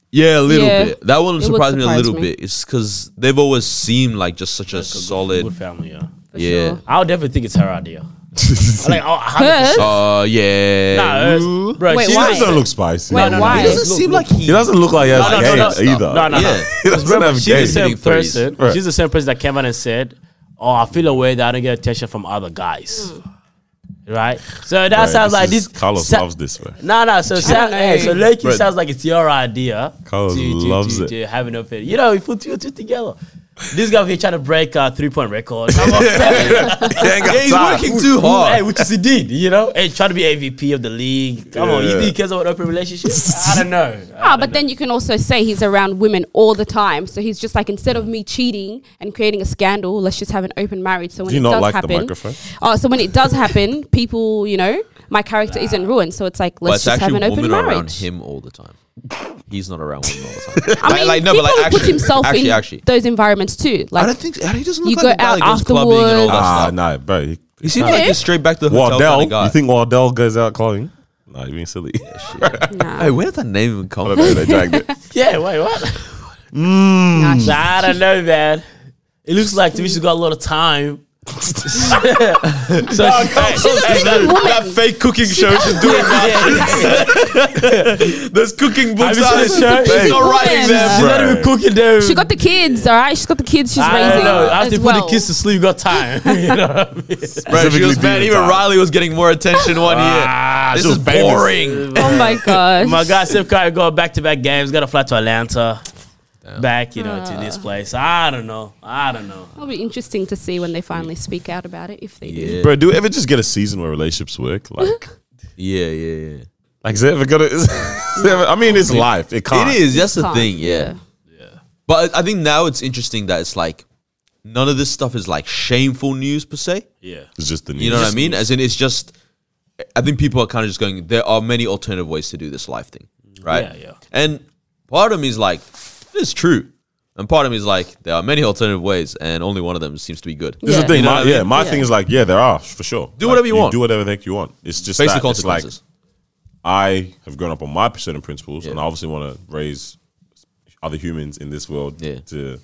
yeah, a little Yeah. bit. That one It would surprised me a surprise little me. bit. It's because they've always seemed like just such a Good solid. family, yeah. For Yeah. sure. I would definitely think it's her idea. like, oh, I have Hers? Oh yeah. Nah, uh, hers- bro, Wait, she- He why? doesn't look spicy. Wait, why? He doesn't seem like he. He doesn't look like he has No, no, no, gay no. either. No, no, Yeah. no. He doesn't have She's the gay. same Hitting threes. person. Right. She's the same person that came out and said, "Oh, I feel a way that I don't get attention from other guys." Hmm. Right. So that Right, sounds like this. is- Carlos sa- loves this man. No, no. So, sa- don't know. hey, so Lakey Bro. sounds like it's your idea. Carlos loves it. To have an affair. You know, you put two and two together. This guy here trying to break a three point record. He ain't got Yeah, he's time. working too hey, hard. which is he did, you know? Hey, trying to be AVP of the league. Come on, you think he cares about open relationships? I don't know. Ah, but then you can also say he's around women all the time. So he's just like, instead of me cheating and creating a scandal, let's just have an open marriage. So when Do you it not does like the happen, microphone? Oh, so when it does happen, people, you know, my character isn't ruined. So it's like, But let's it's just have actually an open women are around marriage. him all the time. He's not around women all the time. I mean, he probably puts himself actually, in actually, those environments too. Like, I don't think he doesn't look You like go a guy out Ah. that goes clubbing and all that Ah, stuff. no, bro. He, He seems like he's straight back to the hotel Wardell. kind of guy. you think Wardell goes out calling? Nah, you being silly. nah, Hey, where did that name even come I don't from? know. They dragged it. Yeah, wait, what? nah, she's- I don't know, man. It looks like to me she's got a lot of time. so she's she's a busy woman. fake cooking show she's doing. There's cooking books you seen the show? She's not Woman. writing them. She's not Bruh. even cooking them. She got the kids, all right. She's got the kids. She's I raising don't know. as After you put well. the kids to sleep, you got time. you know what I mean? Bro, she Specifically was bad. being Even retired. Riley was getting more attention one year. This she is was Ah, famous. boring. Oh my gosh. My guy Steph Curry got back to back games. Got to fly to Atlanta, back you know Ah. to this place. I don't know. I don't know. It'll be interesting to see when they finally speak out about it, if they do. Yeah, Bro, do we ever just get a season where relationships work? Like, yeah, yeah, yeah. like is it ever gonna? Is, is it ever, I mean, it's life. It can't. It is. That's the Can't, thing. Yeah. yeah. But I think now it's interesting that it's like none of this stuff is like shameful news per se. Yeah. It's just the news. You know what I mean? As in, it's just. I think people are kind of just going. There are many alternative ways to do this life thing, right? Yeah, yeah. And part of me is like, it's true, and part of me is like, there are many alternative ways, and only one of them seems to be good. This is the thing. You know my, what I yeah, mean? my Yeah. thing is like, yeah, there are for sure. Do Like, whatever you want. Do whatever the heck you want. It's just Face the that, it's like, consequences. I have grown up on my percentage principles, and Yeah. I obviously want to raise other humans in this world Yeah. to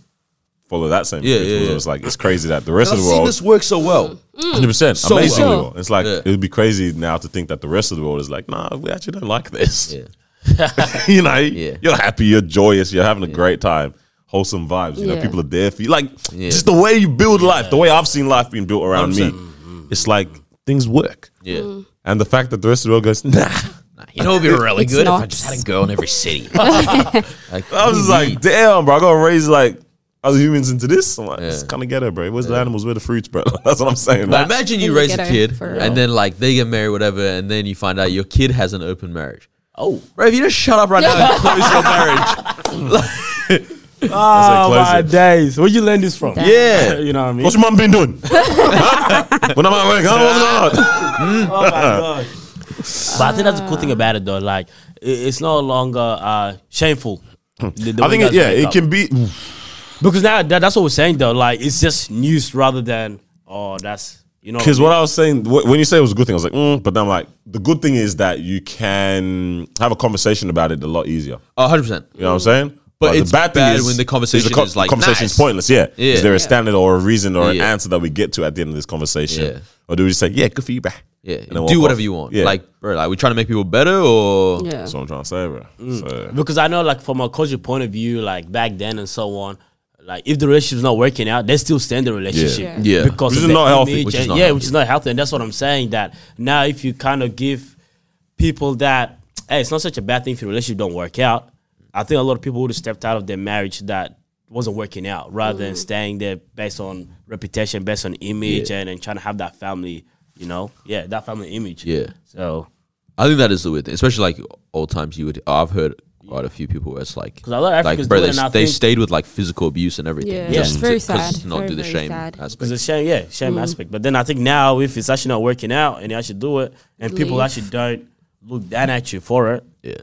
follow that same Yeah, yeah, principles. yeah. It's like it's crazy that the rest And of I've the seen world, this work so well. hundred percent, so amazingly well. well. It's like Yeah. it would be crazy now to think that the rest of the world is like, nah, we actually don't like this. Yeah. you know, Yeah. you're happy, you're joyous, you're having a great time. Wholesome vibes, you know. Yeah. People are there for you, like Yeah. just the way you build life, the way I've seen life being built around me. 100%. It's like things work. Yeah. And the fact that the rest of the world goes, nah. You know, it'd be really It's good if I not. just had a girl in every city. Like, I was just like, damn, bro, I gotta raise like other humans into this. I'm like, it's kind of ghetto, bro. Where's the animals? Where the fruits, bro? That's what I'm But saying. man. imagine In you the raise a ghetto, kid for real. and then like they get married, whatever, and then you find out your kid has an open marriage. Oh. Bro, if you just shut up right now and close your marriage. Oh Oh close my it. days. Where'd you learn this from? Yeah. you know what I mean. What's your mum been doing? Huh? when am I working? I was not. Oh my god. but I think that's the cool thing about it though. Like i- it's no longer uh, shameful. the- the Hmm. I way think, you it, guys yeah, break it up. can be. because now that, that's what we're saying though. Like it's just news rather than oh that's you know. Because what I was saying, wh- when you say it was a good thing, I was like, mm, but then I'm like, the good thing is that you can have a conversation about it a lot easier. Oh, 100%. You know what I'm saying? But it's bad when the conversation is, like, conversation's nice. pointless. Yeah. Yeah. Is there a standard or a reason or an Yeah. answer that we get to at the end of this conversation, Yeah. or do we just say, yeah, good for you, back? Yeah, then walk do whatever off. you want. Yeah. Like, bro, like we're trying to make people better, or Yeah. That's what I'm trying to say, bro. Mm. So, Because I know, like, from a culture point of view, like back then and so on, like if the relationship's not working out, they still stay in the relationship. Yeah. Yeah. because Which of is the not healthy. image Which is and- not yeah, healthy. which is not healthy, and that's what I'm saying. That now, if you kind of give people that, hey, it's not such a bad thing if your relationship don't work out. I think a lot of people would have stepped out of their marriage that wasn't working out, rather Mm. than staying there based on reputation, based on image, and, and trying to have that family, you know, yeah, that family image. Yeah. So I think that is the weird thing, especially like old times. You would I've heard quite a few people where it's like, 'Cause a lot of Africans like bro, do it they, and I they think- stayed with like physical abuse and everything. Yeah. just Yeah. It's to- very 'cause sad. to not Very, do the very shame sad. aspect. Because it's shame, yeah, shame aspect. But then I think now if it's actually not working out and you actually do it and people Leave. actually don't look down at you for it, Yeah,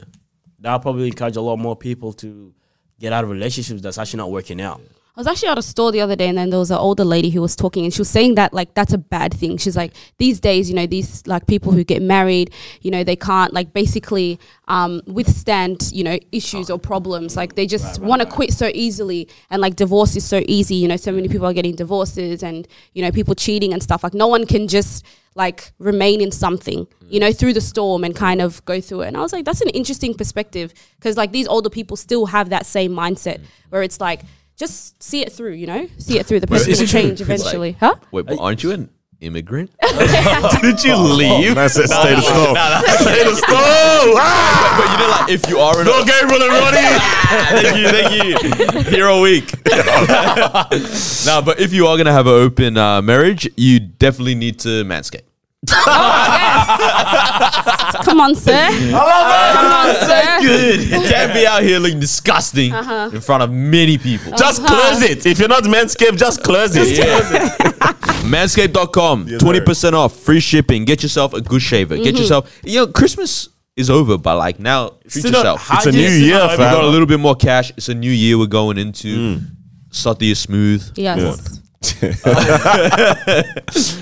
that'll probably encourage a lot more people to get out of relationships that's actually not working out. I was actually at a store the other day, and then there was an older lady who was talking, and she was saying that like that's a bad thing. She's like, these days, you know, these like people who get married, you know, they can't like basically um, withstand, you know, issues or problems. Like they just want to quit so easily, and like divorce is so easy. You know, so many people are getting divorces, and you know, people cheating and stuff. Like no one can just like remain in something, you know, through the storm and kind of go through it. And I was like, that's an interesting perspective because like these older people still have that same mindset where it's like just see it through, you know, see it through. The person will It's change like- eventually, huh? Wait, but aren't you an immigrant? Did you leave? Oh, I said, stay the storm. Stay the storm. Ah! But you know, like if you are an Go Gabriel and Ronnie. thank you, thank you. Hero week. nah, but if you are gonna have an open uh, marriage, you definitely need to manscape. Come on, sir. Come on, sir. Good. You can't be out here looking disgusting in front of many people. Just close it. If you're not manscaped, just close it. Yeah. Manscaped.com, Yes, sir. 20% off, free shipping. Get yourself a good shaver. Get yourself, you know, Christmas is over, but like now, treat Still not yourself. hot It's a yet, new still year, not We fam. got a little bit more cash. It's a new year we're going Mm. into. Start the year smooth. Yes.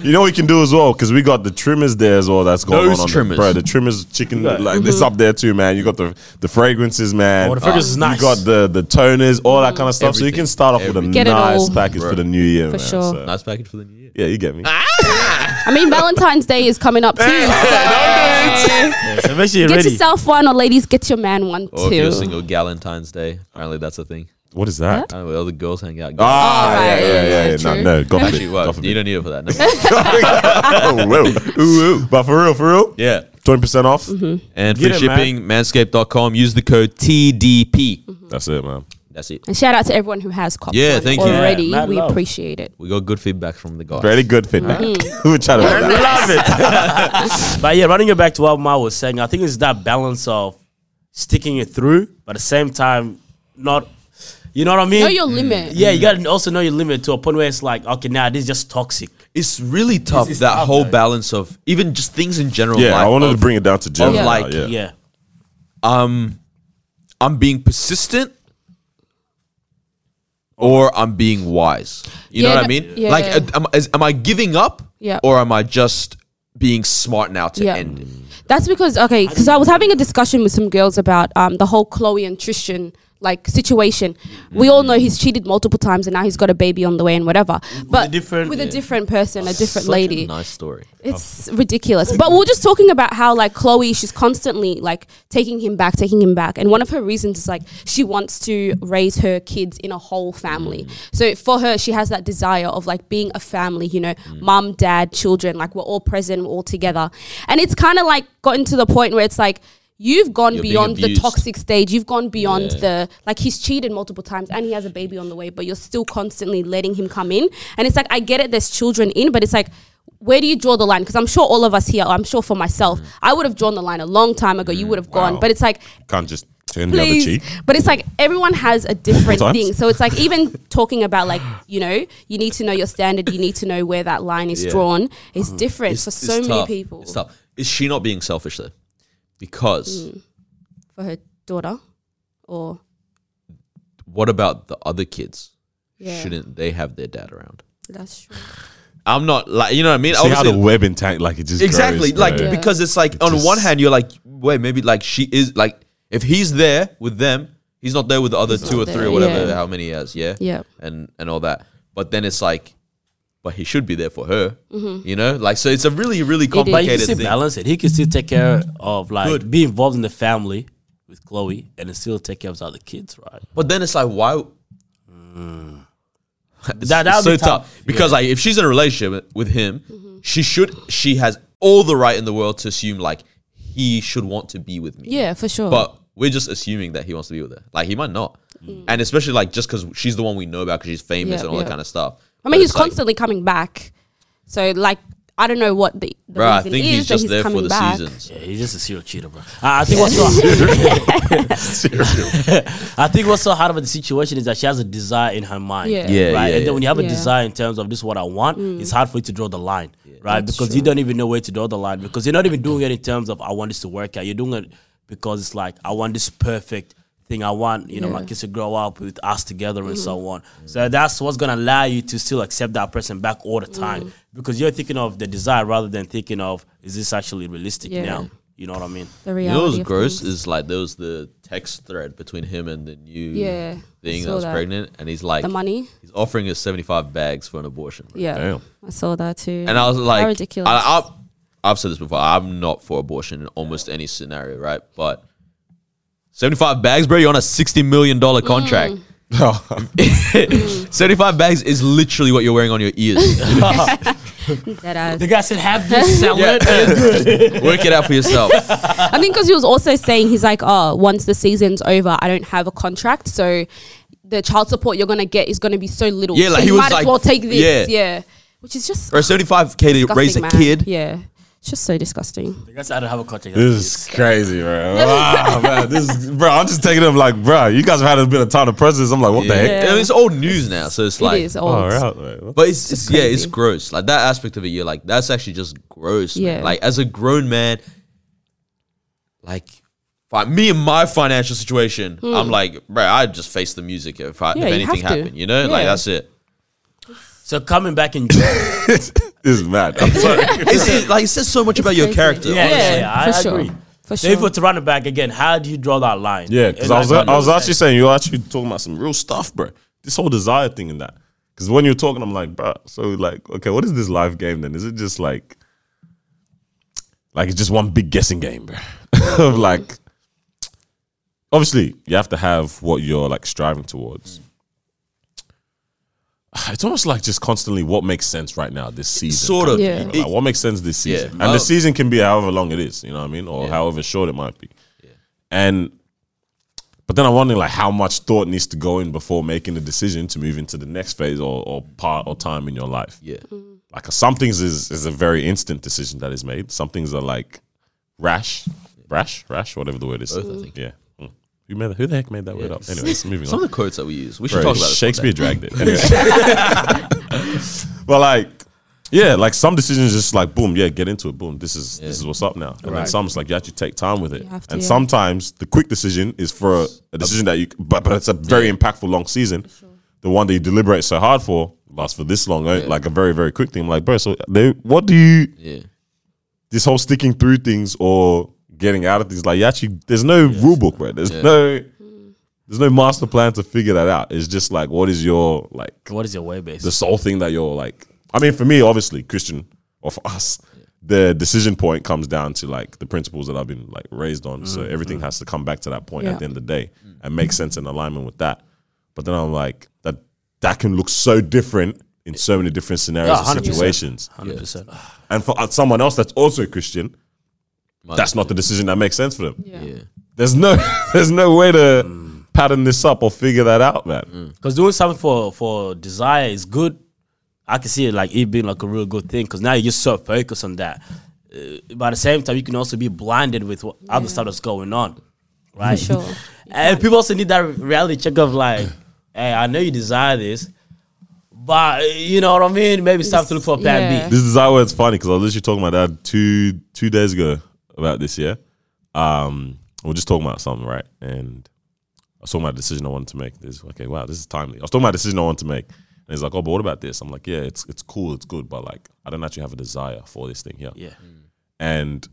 You know what we can do as well because we got the trimmers there as well. That's going Those on, on trimmers. the, bro. The trimmers, chicken, like Mm-hmm. this up there too, man. You got the the fragrances, man. Oh, the fragrance is nice. You got the the toners, all that kind of stuff. So you Everything. can start off Everything. with a Get it all. nice package Bro. for the new year, man. sure. So- Nice package for the new year. Yeah, you get me. I mean, Valentine's Day is coming up too. so So make sure you're get ready. yourself one, or ladies, get your man one Or Oh, if too. you're single, Galentine's Day. Apparently, that's a thing. What is that? I don't know where other girls hang out. Ah, All right, yeah, yeah, yeah, yeah. yeah, yeah. No, true. no, God Actually, forbid. well, God you forbid. don't need it for that. No. Oh, well. Ooh, ooh. But for real, for real, yeah. twenty percent off. Mm-hmm. And free Get it, man. shipping, manscaped.com. Use the code TDP. That's it, man. That's it. And shout out to everyone who has copped Yeah, one thank you. Yeah, already. mad we love. appreciate it. We got good feedback from the guys. Very good feedback. Mm-hmm. We're trying to make that. Love it. but yeah, running it back to what Ma was saying, I think it's that balance of sticking it through, but at the same time, not, you know what I mean? Know your limit. yeah, you gotta also know your limit to a point where it's like, okay, now this is just toxic. It's really tough, it's that tough, whole though. balance of even just things in general. Yeah, life I wanted to of bring it down to Jim. of now, like- yeah. yeah. I'm being persistent or I'm being wise. You know Yeah, what I no- mean? yeah. Like, uh, am, is, am I giving up Yeah. or am I just being smart now to Yeah. end it? That's because okay, because I was having a discussion with some girls about um, the whole Chloe and Tristan like situation. We all know he's cheated multiple times, and now he's got a baby on the way and whatever. But different- with a Yeah. different person, a Such different a lady. nice story. It's ridiculous. But we we're just talking about how like Chloe, she's constantly like taking him back, taking him back. And one of her reasons is like she wants to raise her kids in a whole family. Mm. So for her, she has that desire of like being a family, you know, Mm. mom, dad, children, like we're all present, we're all together. And it's kind of like gotten to the point where it's like you've gone You're being beyond the abused. toxic stage. You've gone beyond the like he's cheated multiple times and he has a baby on the way, but you're still constantly letting him come in. And it's like I get it, there's children in, but it's like where do you draw the line? Because I'm sure all of us here, or I'm sure for Mm. myself, I would have drawn the line a long time ago. You would have gone, Wow. but it's like Can't just turn the other please. cheek. But it's like everyone has a different Sometimes. thing. So it's like even talking about like, you know, you need to know your standard, you need to know where that line is Yeah. Mm. drawn. It's different for It's- so it's many tough. people. It's tough. Is she not being selfish though? Because Hmm. For her daughter or what about the other kids? Yeah. Shouldn't they have their dad around? that's true. I'm not like you know what I mean. See how Obviously- the web intact, like it just exactly grows, like bro. Yeah. because it's like on just- one hand you're like wait maybe like she is like if he's there with them he's not there with the other two or not three there, or whatever yeah. how many he has yeah Yeah. and and all that but then it's like but he should be there for her. You know, like so it's a really really But he can complicated still thing. balance it. He can still take care of like Good. be involved in the family with Chloe and still take care of the other kids, right? But then it's like why? It's, That- that it's would so be tough, tough. because like if she's in a relationship with him, she should she has all the right in the world to assume like he should want to be with me. Yeah, for sure. But we're just assuming that he wants to be with her. Like he might not. And especially like just because she's the one we know about because she's famous Mm. Yeah, and all that yeah. kind of stuff. I But mean, he's it's like, constantly coming back. So, like, I don't know what the, the Bruh, I reason think is he's that just he's there for coming the back. seasons. Yeah, he's just a serial cheater, bro. Uh, I think what's so I think what's so hard about the situation is that she has a desire in her mind. Yeah. Yeah, right. yeah, and then when you have a yeah. Mm. desire in terms of this is what I want, it's hard for you to draw the line. Right. because you don't even know where to draw the line because you're not even doing it in terms of I want this to work out. You're doing it because it's like I want this perfect thing. I want, you know, my Yeah. Mm-hmm. kids to grow up with us together and so on. So that's what's gonna allow you to still accept that person back all the time. Mm. Because you're thinking of the desire rather than thinking of is this actually realistic Yeah. now? You know what I mean? The You reality. know what's of gross things. is like there was the text thread between him and the new Yeah, thing that saw was that. pregnant, and he's like the money. He's offering us seventy five bags for an abortion. bro. Yeah. Damn. I saw that too. And I was like, How ridiculous. I, I, I've said this before. I'm not for abortion in almost any scenario, right? But 75 bags, bro, you're on a $60 million contract. Mm. 75 bags is literally what you're wearing on your ears. Dead ass. The guy said, "Have this sell Yeah. it." and Work it out for yourself. I think because he was also saying he's like, oh, once the season's over, I don't have a contract, so the child support you're gonna get is gonna be so little. Yeah, so like, he you was might like- as well take this. yeah. Yeah, which is just Or 75K to disgusting, raise a man. kid. Yeah, it's just so disgusting. The guy said, "I don't have a contract." This is crazy, bro. Wow, man. This is, bro, I'm just taking them like, bro, you guys have had a bit of time to process. I'm like, what the Yeah. heck? Yeah. And it's old news now, so it's like. it is old. All right, man. What the- But it's, it's yeah, it's crazy. gross. Like that aspect of it, you're like, that's actually just gross. man. Yeah. Like as a grown man, like fi- me and my financial situation, I'm like, bro, I just face the music if, I, Hmm. Yeah, if you anything have to. happened. You know, like Yeah. that's it. So coming back in June. This is mad. I'm sorry. It's, it- like it says so much about your crazy. character. yeah, yeah, honestly. yeah, I for agree. sure. For So if we're sure. to run it back again, how do you draw that line? Yeah, because And I was don't I was actually understand. saying you're actually talking about some real stuff, bro. This whole desire thing and that. Because when you're talking, I'm like, bro. So like, okay, what is this life game then? Is it just like, like it's just one big guessing game, bro? of like, obviously you have to have what you're like striving towards. It's almost like just constantly what makes sense right now this season. Sort of. Yeah. Like, what makes sense this season? Yeah. And Well- the season can be however long it is, you know what I mean? Or however short it might be. And but then I'm wondering like how much thought needs to go in before making the decision to move into the next phase or, or part or time in your life. Yeah. Like some things is is a very instant decision that is made. Some things are like rash, rash, rash, whatever the word is. Yeah. Mm. Who made that? Who the heck made that word up? Anyways, moving on. Some of the quotes that we use, we should talk Bro, about this one Shakespeare day. dragged it. Anyway. but like, yeah, like some decisions just like boom, yeah, get into it, boom. This is this is what's up now. And then some it's like you actually take time with it. have to, and yeah. sometimes the quick decision is for a, a decision that you, but but it's a very impactful long season. The one that you deliberate so hard for lasts for this long, eh? like a very very quick thing. I'm like, bro, so they, what do you? Yeah. this whole sticking through things or getting out of things like you actually there's no rule book right there's no there's no master plan to figure that out it's just like what is your like What is your way base? the sole thing that you're like i mean for me obviously christian or for us the decision point comes down to like the principles that i've been like raised on so everything has to come back to that point Yeah. at the end of the day and make sense in alignment with that but then i'm like that that can look so different in so many different scenarios Yeah, and 100%. situations 100%. and for uh, someone else that's also a christian Mine that's is- not the decision that makes sense for them. Yeah. Yeah. There's no there's no way to pattern this up or figure that out, man. Because doing something for for desire is good. I can see it like it being like a real good thing because now you're just so focused on that. Uh, but at the same time, you can also be blinded with what other stuff that's going on, right? sure. and people also need that reality check of like, hey, I know you desire this, but uh, you know what I mean. Maybe it's time to look for a plan yeah. B. This is how it's funny because I was literally talking to my dad two two days ago about this. Yeah, um, we are just talking about something, right? And I was talking about a decision I wanted to make. This okay, wow, this is timely. I was talking about a decision I wanted to make, and he's like, "Oh, but what about this?" I'm like, "Yeah, it's it's cool, it's good, but like, I don't actually have a desire for this thing here." Yeah, and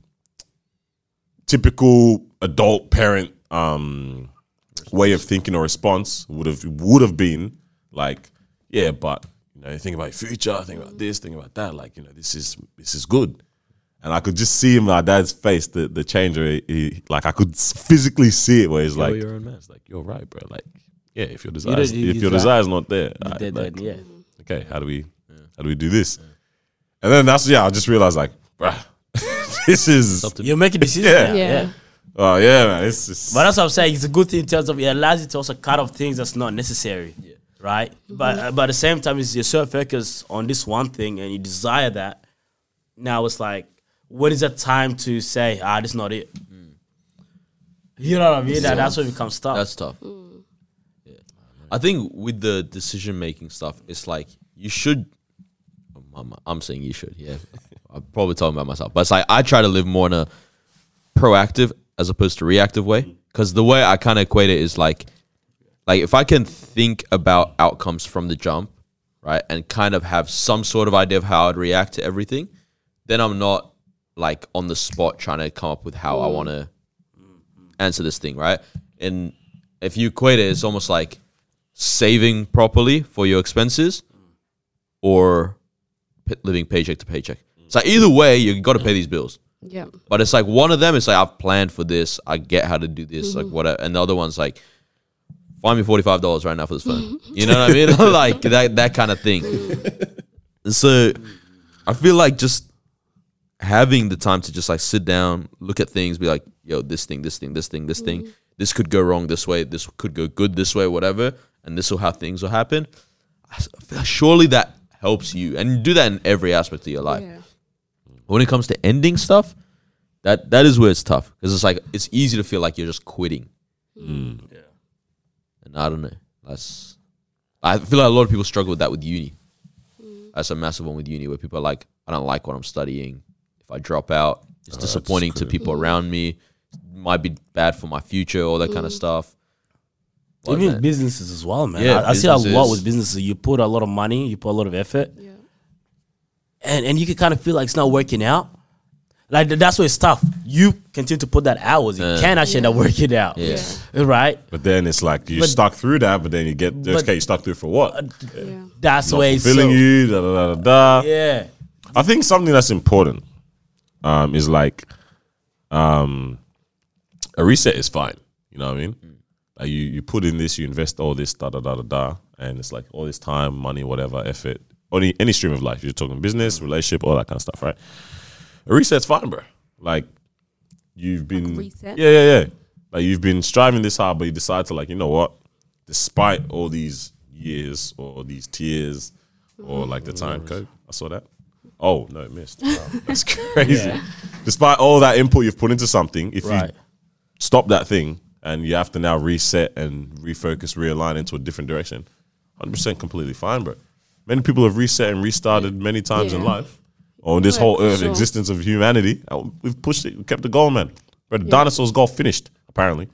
typical adult parent um, way of thinking or response would have would have been like, yeah, but you know, you think about your future, think about this, think about that. Like, you know, this is this is good. And I could just see in my dad's face the the change. Where he, like I could s- physically see it, where he's like like, your own man. It's like you're right, bro. Like "Yeah, if your desires, you- if you your try- desires not there, I- Then- like, then, yeah. okay, how do we how do we do this? And then that's yeah, I just realized like, bruh, this is up to You're making decisions. Yeah. now, Yeah. yeah. oh yeah, man, it's just But that's what I'm saying. It's a good thing in terms of it allows you to also cut off things that's not necessary, right? But uh, but at the same time, it's you're so focused on this one thing and you desire that. Now it's like, when is the time to say, ah, this is not it? You know what I mean? That, that's when it becomes tough. That's tough. Yeah. I think with the decision making stuff, it's like you should. I'm, I'm saying you should. Yeah, I'm probably talking about myself, but it's like I try to live more in a proactive as opposed to reactive way because the way I kind of equate it is like, like if I can think about outcomes from the jump, right, and kind of have some sort of idea of how I'd react to everything, then I'm not like on the spot trying to come up with how I want to answer this thing, right? And if you equate it, it's almost like saving properly for your expenses or p- living paycheck to paycheck. It's like either way, you got to pay these bills. Yeah. But it's like one of them is like I've planned for this, I get how to do this, like whatever, and the other one's like, find me forty five dollars right now for this phone. you know what I mean? like that that kind of thing. And so I feel like just having the time to just like sit down, look at things, be like, yo, this thing, this thing, this thing, this thing, this could go wrong this way, this could go good this way, whatever, and this will how things will happen. I s- I feel surely that helps you, and you do that in every aspect of your life Yeah. when it comes to ending stuff, that that is where it's tough because it's like it's easy to feel like you're just quitting. Hmm. And I don't know. That's I feel like a lot of people struggle with that with uni. That's a massive one with uni where people are like, I don't like what I'm studying. If I drop out, it's disappointing to people around me. Might be bad for my future, all that kind of stuff. Like Even that. businesses as well, man. Yeah, I, I see a lot businesses. with businesses. You put a lot of money, you put a lot of effort, Yeah. and, and you can kind of feel like it's not working out. Like th- that's where it's tough. You continue to put that hours, you can actually end up working out, Yeah. right? But then it's like you But- stuck through that, but then you get But- okay, you stuck through for what? Yeah. That's Not where it's so, fulfilling you, da, da, da, da, da. yeah. I think something that's important um, is like um, a reset is fine. You know what I mean? Like you, you put in this, you invest all this, da da da da da, and it's like all this time, money, whatever, effort, any any stream of life. You're talking business, relationship, all that kind of stuff, right? A reset's fine, bro. Like you've been reset? yeah, yeah, yeah. Like you've been striving this hard, but you decide to like, you know what? Despite all these years or these tears or like the time code, I saw that. Oh no, it missed. Wow, that's crazy. Despite all that input you've put into something, if Right. you stop that thing and you have to now reset and refocus, realign into a different direction, hundred percent completely fine, bro. Many people have reset and restarted many times in Yeah. life on this Yeah, whole for earth sure. existence of humanity. uh, We've pushed it, we kept the goal, man. But the dinosaurs' goal finished, apparently.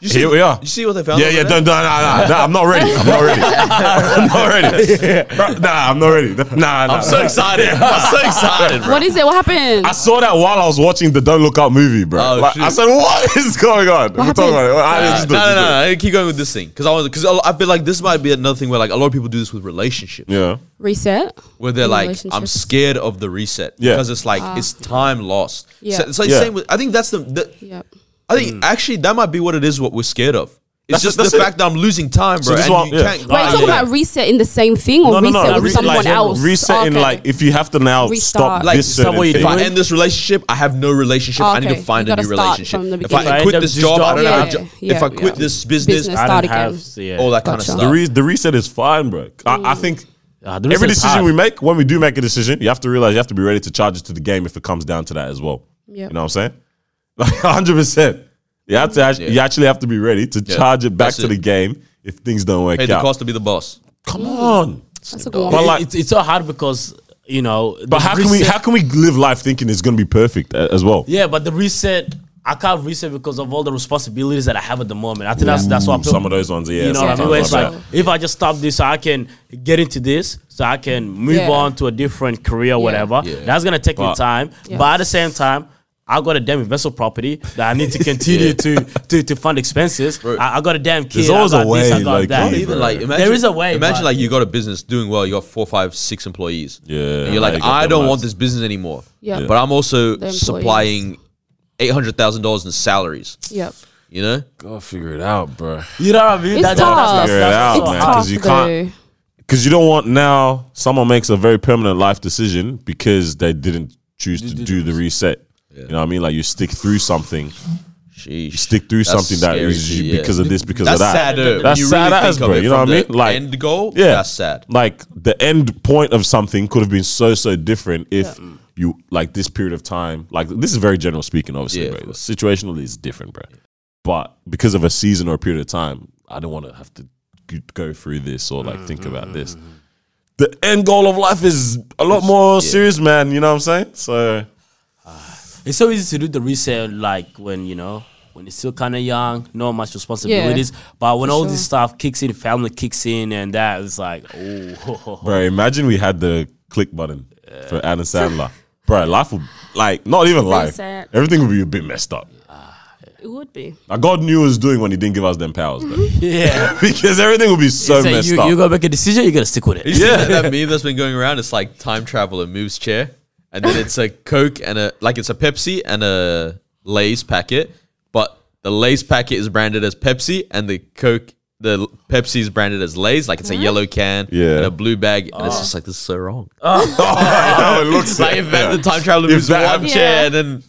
Here we are. You see what they found? Yeah, over yeah, there? don't, nah, nah, nah, nah, I'm not ready. I'm not ready. I'm not ready. Bro, Nah, I'm not ready. Nah, nah. I'm so excited. I'm so excited, bro. What is it? What happened? I saw that while I was watching the Don't Look Up movie, bro. Oh, Like, shoot. I said, what is going on? We're talking about it. I Uh, no, no, just do it, just do it. no, no. Keep going with this thing because I want because I feel like this might be another thing where like a lot of people do this with relationships Yeah. Reset. where they're In like I'm relationships. Ah, scared of the reset Yeah. because it's like it's time lost. Yeah. So, it's like Yeah. Mm. same with I think that's the, the Yep. I think actually that might be what it is what we're scared of. It's That's it- just that's the it. fact that I'm losing time, bro. So this and one- you yeah. can't, Wait, like, you talking about reset in the same thing or reset with re- someone like, else? Resetting, Okay. like, if you have to now Restart. stop Like, this stop certain what you thing. if I doing. end this relationship, I have no relationship. I need Okay. to find You a gotta new start relationship. from the If I beginning. quit If I this end job, up I don't just have a job- job. yeah, if I yeah. quit this business, Business. I- I Start don't have again. yeah. all that kind of Gotcha. stuff. Ah, The, re- the reset is fine, bro. I, I think Ah, the reset's every decision hard. we make, when we do make a decision, you have to realize you have to be ready to charge it to the game if it comes down to that as well. Yep. You know what I'm saying? Like 100%. You, have to act- Yeah. you actually have to be ready to charge it back That's to the it. game if things don't work Pay the out. cost to be the boss. Come on. That's a good one. But It- like- it's, it's so hard because you know. But how can we how can we live life thinking it's going to be perfect a- as well? Yeah, but the reset, I can't reset because of all the responsibilities that I have at the moment. I think that's that's why I feel- Mm, Some of those ones, yeah. You know what I mean? sometimes Where it's like like, that. if I just stop this, I can get into this, so I can move Yeah. on to a different career, whatever. Yeah. That's gonna take me But- time, Yeah. but at the same time, I got a damn investment property that I need to continue to, to to fund expenses. I, I got a damn kid. There's always I got a way, This, I got like, that. Not Oh, Even like imagine, is a way, Imagine but- like you got a business doing well. You got four, five, six employees. Yeah, And you're now like, you got I them don't lots. want this business anymore. Yeah. Yeah. But I'm also The employees. supplying eight hundred thousand dollars in salaries. Yep. You know, Gotta figure it out, bro. You know what I mean? It's tough. Figure it out, it's man, tough 'cause you though. can't- because you don't want now someone makes a very permanent life decision because they didn't choose to do the reset. You know what I mean? Like you stick through something, sheesh. stick through That's something that scary is to- you yeah. because of this, because That's of that. sadder. That's when you sad really as, think of bro. it You know from what I mean? the Like end goal. Yeah, That's sad. Like the end point of something could have been so so different if Mm. you like this period of time. Like this is very general speaking, obviously, Yeah, of bro. Situationally, it's different, bro. But because of a season or a period of time, I don't want to have to g- go through this or like think about Mm, this. The end goal of life is a lot more serious, man. You know what I'm saying? So It's so easy to do the resale, like when you know when it's still kind of young, not much responsibilities. But when all sure. this stuff kicks in, family kicks in, and that it's like, oh, Bro, imagine we had the click button for Adam Sandler. Bro, life would like not even life. sad. Everything would be a bit messed up. It would be. Like God knew what he was doing when he didn't give us them powers, bro. yeah. because everything would be so So messed you, up. you gotta make a decision. You gotta stick with it. You yeah, that, that meme that's been going around. It's like time traveler moves chair, and then it's a Coke and a like it's a Pepsi and a Lay's packet, but the Lay's packet is branded as Pepsi, and the Coke, the L- Pepsi is branded as Lay's. Like it's a yellow can, Yeah. and a blue bag, and it's just like this is so wrong. I know, it Oh. looks like if that, the time traveler If moves that one happened- chair, Yeah. and then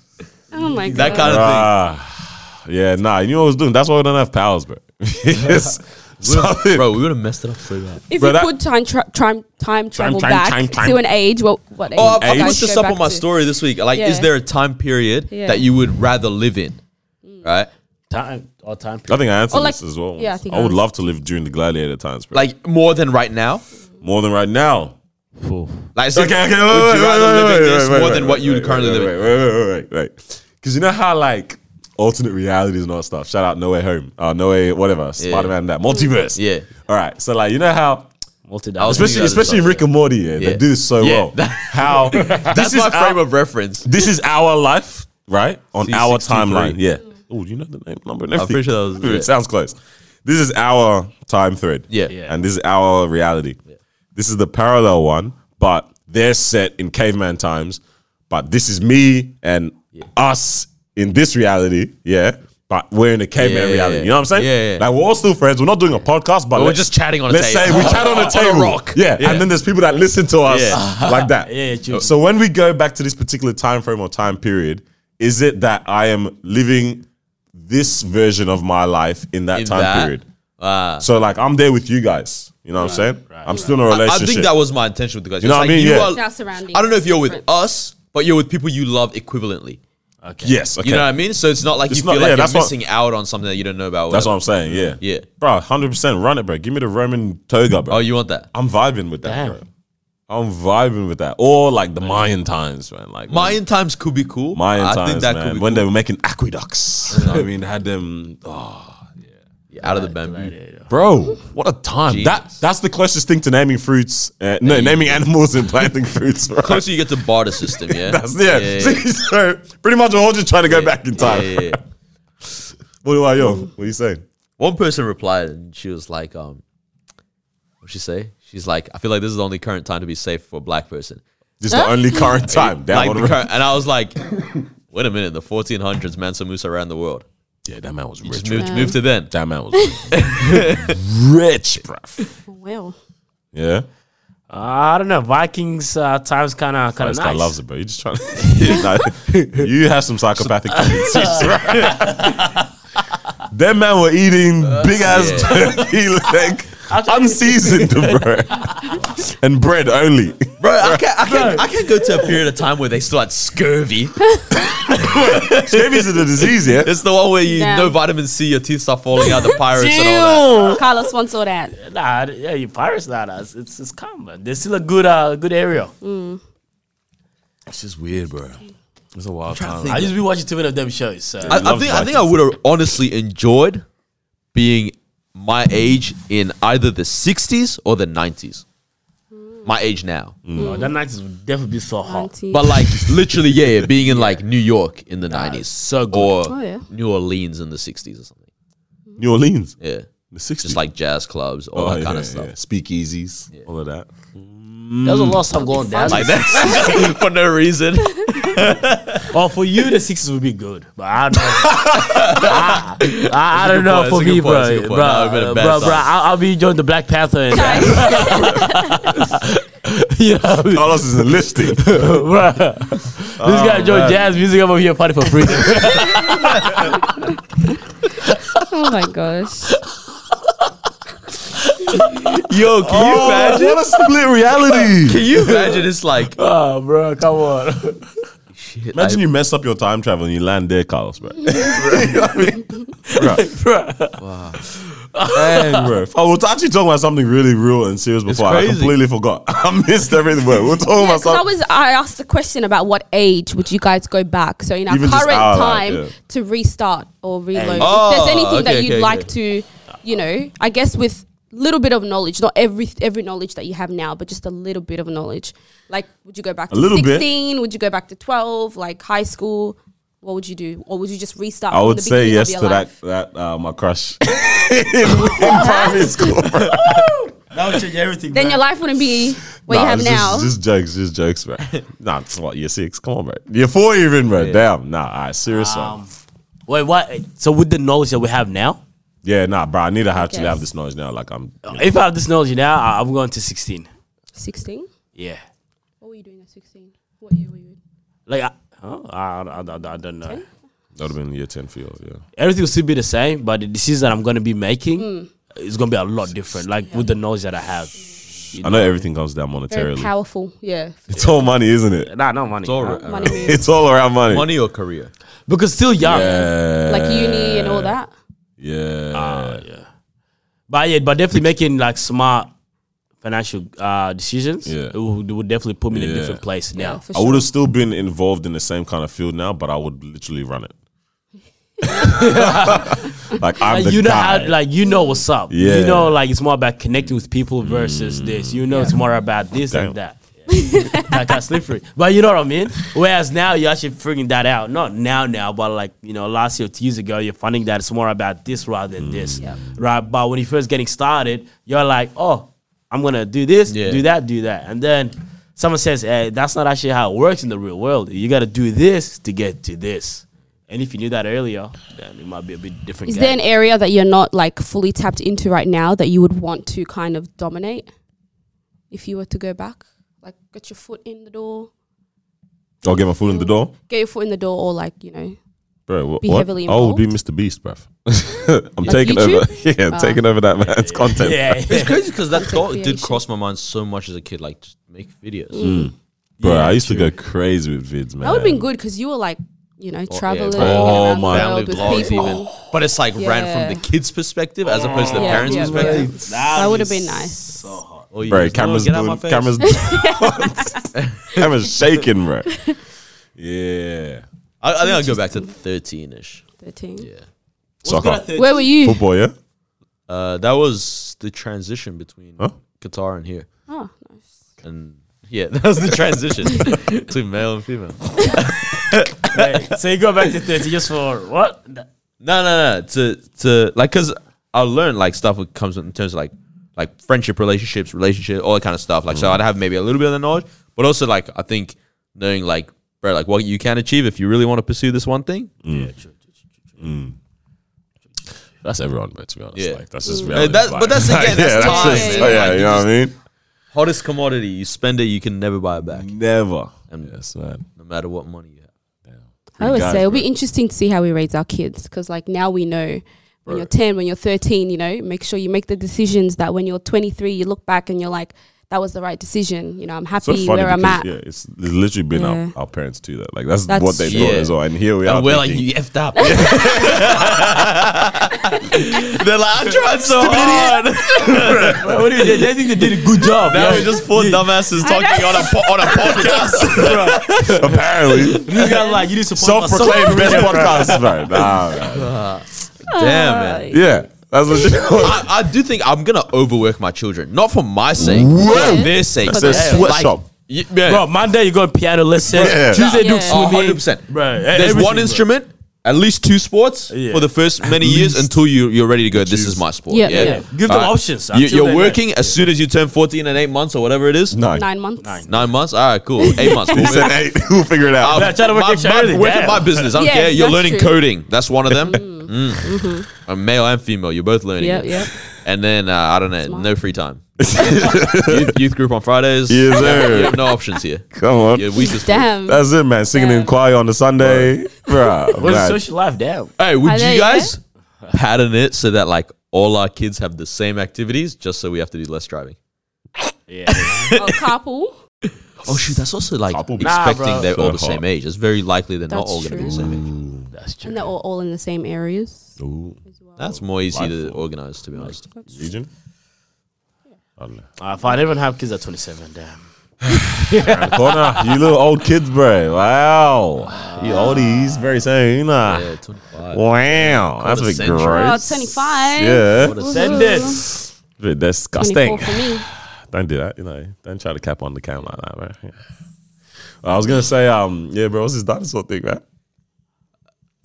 Oh my god. that kind of thing. Ah, yeah, nah, you knew what I was doing. That's why we don't have powers, bro. Yes. Something- Bro, we would have messed it up so bad. if Bro, you that- could time tra- time time travel time- back time- time. to an age, what what age? Oh, would you I, I guys put this go up on back my to? story this week. Like, is Yeah. there a time period Yeah. that you would rather live in? Right? Time or time. I think I answered Or like- this as well. yeah, I, I think I would answered. love to live during the gladiator times, bro. Like, more than right now? more than right now. Like, so Okay, would okay, wait, wait, you wait, rather wait, live in wait, this wait, more wait, than wait, what you wait, would currently wait, live in? Wait, wait, wait, wait, wait. Because you know how like alternate realities and all that stuff. Shout out No Way Home, uh, No Way whatever, Spider Man, that multiverse. Yeah. All right, so like you know how I was thinking about especially this especially stuff, Rick and Morty, yeah, Yeah. they do this so Yeah. well. How this That's is my frame our, of reference. this is our life, right? On our 623. timeline, yeah. Oh, you know the name, number, and everything. pretty sure that was- Ooh, yeah. It sounds close. This is our time thread, Yeah. Yeah. and this is our reality. This is the parallel one, but they're set in caveman times. But this is me and us in this reality, yeah. But we're in a caveman Yeah. reality. You know what I'm saying? Yeah, yeah. Like we're all still friends. We're not doing a podcast, but We're let's- just chatting on a let's table. say we chat on a table. rock. Yeah. and then there's people that listen to us Yeah. like that. Yeah, true. So when we go back to this particular time frame or time period, is it that I am living this version of my life in that In time that. period? so like I'm there with you guys. You know what I'm saying? I'm still in a I relationship. think that was my intention with the guys. You know It's like what I mean? you Yeah. are- It's our surroundings. I don't know if you're with Different. us, but you're with people you love equivalently. yes. Okay. You know what I mean? So it's not like It's you not- feel yeah, like that's you're what- missing out on something that you don't know about. or That's what whatever. I'm saying. Yeah. Yeah. Bro, hundred percent. Run it, bro. Give me the Roman toga, bro. Oh, you want that? I'm vibing with that, Damn. bro. I'm vibing with that. Or like the Mayan times, man. Like Mayan times could be cool. Mayan I times, think that man. could be cool. when they were making aqueducts, you know what I mean, had them. Oh, out of the bamboo. bro, what a time! Jesus. That that's the closest thing to naming fruits. Uh, no, naming animals and planting fruits. Bro. Closer you get to barter system, yeah. That's yeah. See, so pretty much, we're all just trying to go back in time. yeah, yeah. What about you? What are you saying? One person replied and she was like, um, what'd she say? She's like, I feel like this is the only current time to be safe for a black person. This is the only current time. That Like one- the current, and I was like, wait a minute, the 1400s, Mansa Musa around the world. yeah, that man was Just rich. moved, moved to then. That man was rich, bro. Well, Yeah, I don't know. Vikings uh, times kind of kind this of guy nice. loves it, bro. You just trying to. you have some psychopathic tendencies, bro. Them man were eating big ass turkey leg, unseasoned, bro, and bread only. Bro, I can't, I, can't, I can't go to a period of time where they still had scurvy. Scabies is a disease, yeah. It's the one where you Damn. no vitamin C, your teeth start falling out, the pirates and all that. Ew. Carlos wants all that. Nah, I- yeah, you pirates not us. It's it's calm, man. There's still a good uh good area. It's just weird, bro. It's a wild trying to time. think. I used to be watching too many of them shows. So. I, I Loved think I think I Vikings. would have honestly enjoyed being my age in either the 60s or the 90s. my age now. No, that night is would definitely be so hot. Auntie. But like literally, yeah, yeah being in like New York in the nineties, so or good. Oh, yeah. New Orleans in the sixties or something. New Orleans, Yeah, the 60s. just like jazz clubs, all Oh, that yeah, kind yeah, of stuff. yeah. Speakeasies, all of that. There was a lot of stuff going down. Like that for no reason. oh, for you, the sixes would be good, but I don't. I, I, I don't good know point, for it's a me, good point, it's a good bro. Bro, uh, point. That would've been a bad bro, bro, song. I'll, I'll be joining the Black Panther. And, you know, Carlos is enlisting. bro. This guy joined jazz music. I'm over here fighting for freedom. oh my gosh. Yo, can Oh. you imagine? what a split reality! Can you imagine? It's like oh, bro, come on. shit, Uh, Imagine like, you mess up your time travel and you land there, Carlos, bro. damn, bro. I was actually talking about something really real and serious before. I crazy. completely forgot. I missed everything. Bro. We're talking about Because I something. was, I asked the question about what age would you guys go back? So in our Even just current our, like, time yeah. to restart or reload. Oh, if there's anything okay, that you'd okay, like to, you know, I guess with little bit of knowledge, not every every knowledge that you have now, but just a little bit of knowledge. Like, would you go back to little bit. 16? Would you go back to 12? Like high school? What would you do? Or would you just restart? I from would the say beginning yes of your to that. life? That uh, my crush in primary school. Bro. That would change everything. Then your life wouldn't be what you Nah, have it's now. Just, just jokes, just jokes, bro. nah, it's what year six? Come on, bro. Year four, even, bro. Damn. Nah, all right, serious one. Wait, what? So with the knowledge that we have now, Yeah, nah, bro. I need to actually Yes. have this knowledge now. Like I'm. if I have this knowledge now, I- I'm going to 16. 16? Yeah. What were you doing at 16? What year were you in? Like, I, oh, I, I, I- I don't know. That would have been year ten for you. Yeah. Everything will still be the same, but the decisions that I'm going to be making is going to be a lot different, like with the knowledge that I have. I know everything comes down Very monetarily. powerful. Yeah. It's all money, isn't it? Nah, no money. it's all Nah. right. Money moves. It's all around money. Money or career? Because still young. Yeah. like uni and all that. Yeah. But yeah, but definitely making like smart financial uh, decisions Yeah. it would, it would definitely put me in a Yeah. different place now. for I would have still been involved in the same kind of field now, but I would literally run it. like I'm Like, the you know guy. how, like you know what's up. Yeah. You know like it's more about connecting with people versus Mm. this. You know it's more about this Damn. and that. like that's slippery. But you know what I mean? Whereas now you're actually figuring that out. Not now now, but like, you know, last year or two years ago, you're finding that it's more about this rather than this. Mm. Yeah. Right. But when you're first getting started, you're like, oh, I'm gonna do this, Yeah. do that, do that. And then someone says, Hey, that's not actually how it works in the real world. You gotta do this to get to this. And if you knew that earlier, then it might be a bit different. Is game. there an area that you're not like fully tapped into right now that you would want to kind of dominate if you were to go back? Like get your foot in the door, I'll get my foot in the door. get your foot in the door, or like you know, Bro, what? Be what? heavily I would be involved? Ah. Mr. Beast, bruv. I'm Like taking YouTube? over. Yeah, I'm taking over that man's content. Yeah, yeah. It's crazy because that thought did creation. Mm. cross my mind so much as a kid. Like, just make videos. Bro, I used to go crazy with vids, man. that would have been good because you were like you know traveling it's all around my family the world vlogs with people. even. But it's like ran Yeah. from the kids' perspective as opposed to the Yeah, parents' yeah, yeah. perspective. That would have been nice. Or you Bro, just, "Oh, cameras get out doing, my face." cameras, cameras shaking, bro. Yeah. I, I think I'll go back to thirteen ish. Thirteen. Yeah. Soccer. Where were you? Football, yeah? Uh, that was the transition between Huh? Qatar and here, Oh, nice. and yeah, that was the transition between male and female. Right. so you go back to 30 just for what? No, no, no. To to like, cause I learned like stuff that comes in terms of like like friendship, relationships, relationship, all that kind of stuff. Like, Mm-hmm. so I'd have maybe a little bit of the knowledge, but also like I think knowing like bro, like what you can achieve if you really want to pursue this one thing. That's everyone, bro, to be honest. Yeah. Like, that's just Uh, reality. that- but that's again, Like, that's time, just- man. oh, yeah, Like, you you know what just- I mean? Hottest commodity, you spend it, you can never buy it back, Never. And- yes, man. no matter what money you have. I always guys, say it'll bro. be interesting to see how we raise our kids because, like, now we know when you're 10, when you're 13, you know, make sure you make the decisions that when you're 23, you look back and you're like, that was the right decision. You know, I'm So happy funny where I'm because, at. yeah, it's, it's literally been Yeah. our, our parents too. That like that's, That's- what they thought Yeah. as well. And here we are. and we're like, thinking, you effed up. They're like, I'm trying so hard. what do you They think they did a good job. Now we're just four dumbasses talking on a po- on a podcast. apparently you got like you need to self-proclaimed best podcast. Right. Nah, man. Damn man. Yeah. That's what she. I, I do think I'm gonna overwork my children, not for my sake, Whoa. for their sake. It's a Yeah, sweatshop. y- yeah. Bro, Monday you go piano lesson. Yeah. Tuesday do Yeah. Oh, swimming. 100%. Bro, e- There's everything, one bro. instrument, at least two sports Yeah. for the first many years until you, you're ready to go, this is my sport. Yeah. Yeah. Yeah. Give them options You, until you're they- working as soon as you turn 14 and eight months or whatever it is. No. Nine months. Nine months? All right, cool. Eight months. Cool. He said, hey, we'll figure it out. Yeah, try to work my, extra my- early, work at damn. my business. I don't Yeah, care. You're that's learning true. Mm-hmm. coding. That's one of them. Mm. Uh, Male and female. You're both learning. Yep, it. yep. And then, uh, I don't know, no free time. youth, youth group on Fridays. Yes, You have- sir. You have no options here. Come on. Yeah, we just. Damn. That's it, man. Singing in Damn. choir on the Sunday. Bruh. What's the man. social life down? Hey, Are would they- you guys pattern it so that like all our kids have the same activities, just so we have to do less driving? Oh, carpool. Oh shoot, that's also like Couple- Nah, expecting bro. they're all the Sort of same age. It's very likely they're not That's all going to be the true. same age. That's true. And they're all, all in the same areas. Ooh, That's more easy to organize, to be honest. region? I don't know. Uh, if I even have kids at 27, damn. Corner, you little old kids, bro. Wow. You oldies, very soon. Nah. Yeah, 25. Wow. That's a bit Quintessential. Oh, gross. 25. Yeah. Send it. 24 Bit disgusting. for me. Don't do that, you know. Don't try to cap on the cam like that, man. I was gonna say, um, yeah, bro, what's this dinosaur thing, man?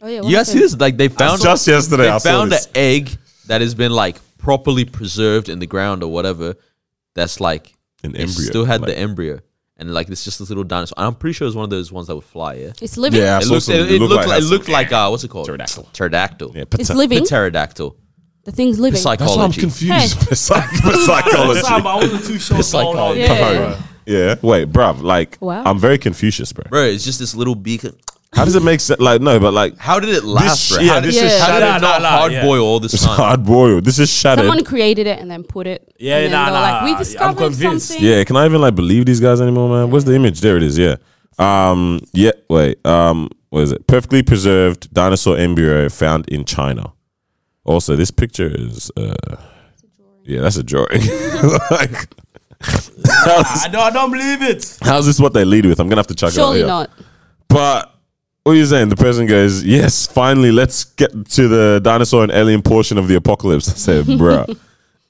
Oh, yeah, You guys see this? Like they found Just yesterday, they I saw found an this. egg that has been like properly preserved in the ground or whatever. That's like An it embryo, Still had like- the embryo, and like it's just this little dinosaur. And I'm pretty sure it's one of those ones that would fly. Yeah. It's living. Yeah, I It saw looked, some- it, it looked like, it that. looked like uh, what's it called? Pterodactyl. Pterodactyl. Yeah, It's pter- living. Pterodactyl. The thing's living. That's why I'm Psychology. confused. Hey. Psychology. Sam, I wasn't too sure what's going on. psychology. Yeah. Yeah. Wait, bruv, like uh, Wow. I'm very Confucius, bro. Bro, it's just this little beacon. How does it make sense? Like, no, but like How did it last, sh- bro? yeah, how did, this is how shattered. did it Nah, not nah, hard yeah. boil all this it's time? hard boiled. This is shattered. Someone created it and then put it. Yeah, and then nah, they were nah, Like, I'm we discovered convinced. something. yeah, can I even like believe these guys anymore, man? Where's the image? There it is, yeah. Um, yeah, wait. Um, what is it? Perfectly preserved dinosaur embryo found in China. Also, this picture is uh yeah, that's a drawing. like I don't, I don't believe it. how's this what they lead with? I'm gonna have to check Surely it out. yeah. not. But what are you saying? The person goes, "Yes, finally, let's get to the dinosaur and alien portion of the apocalypse." I said, "Bruh,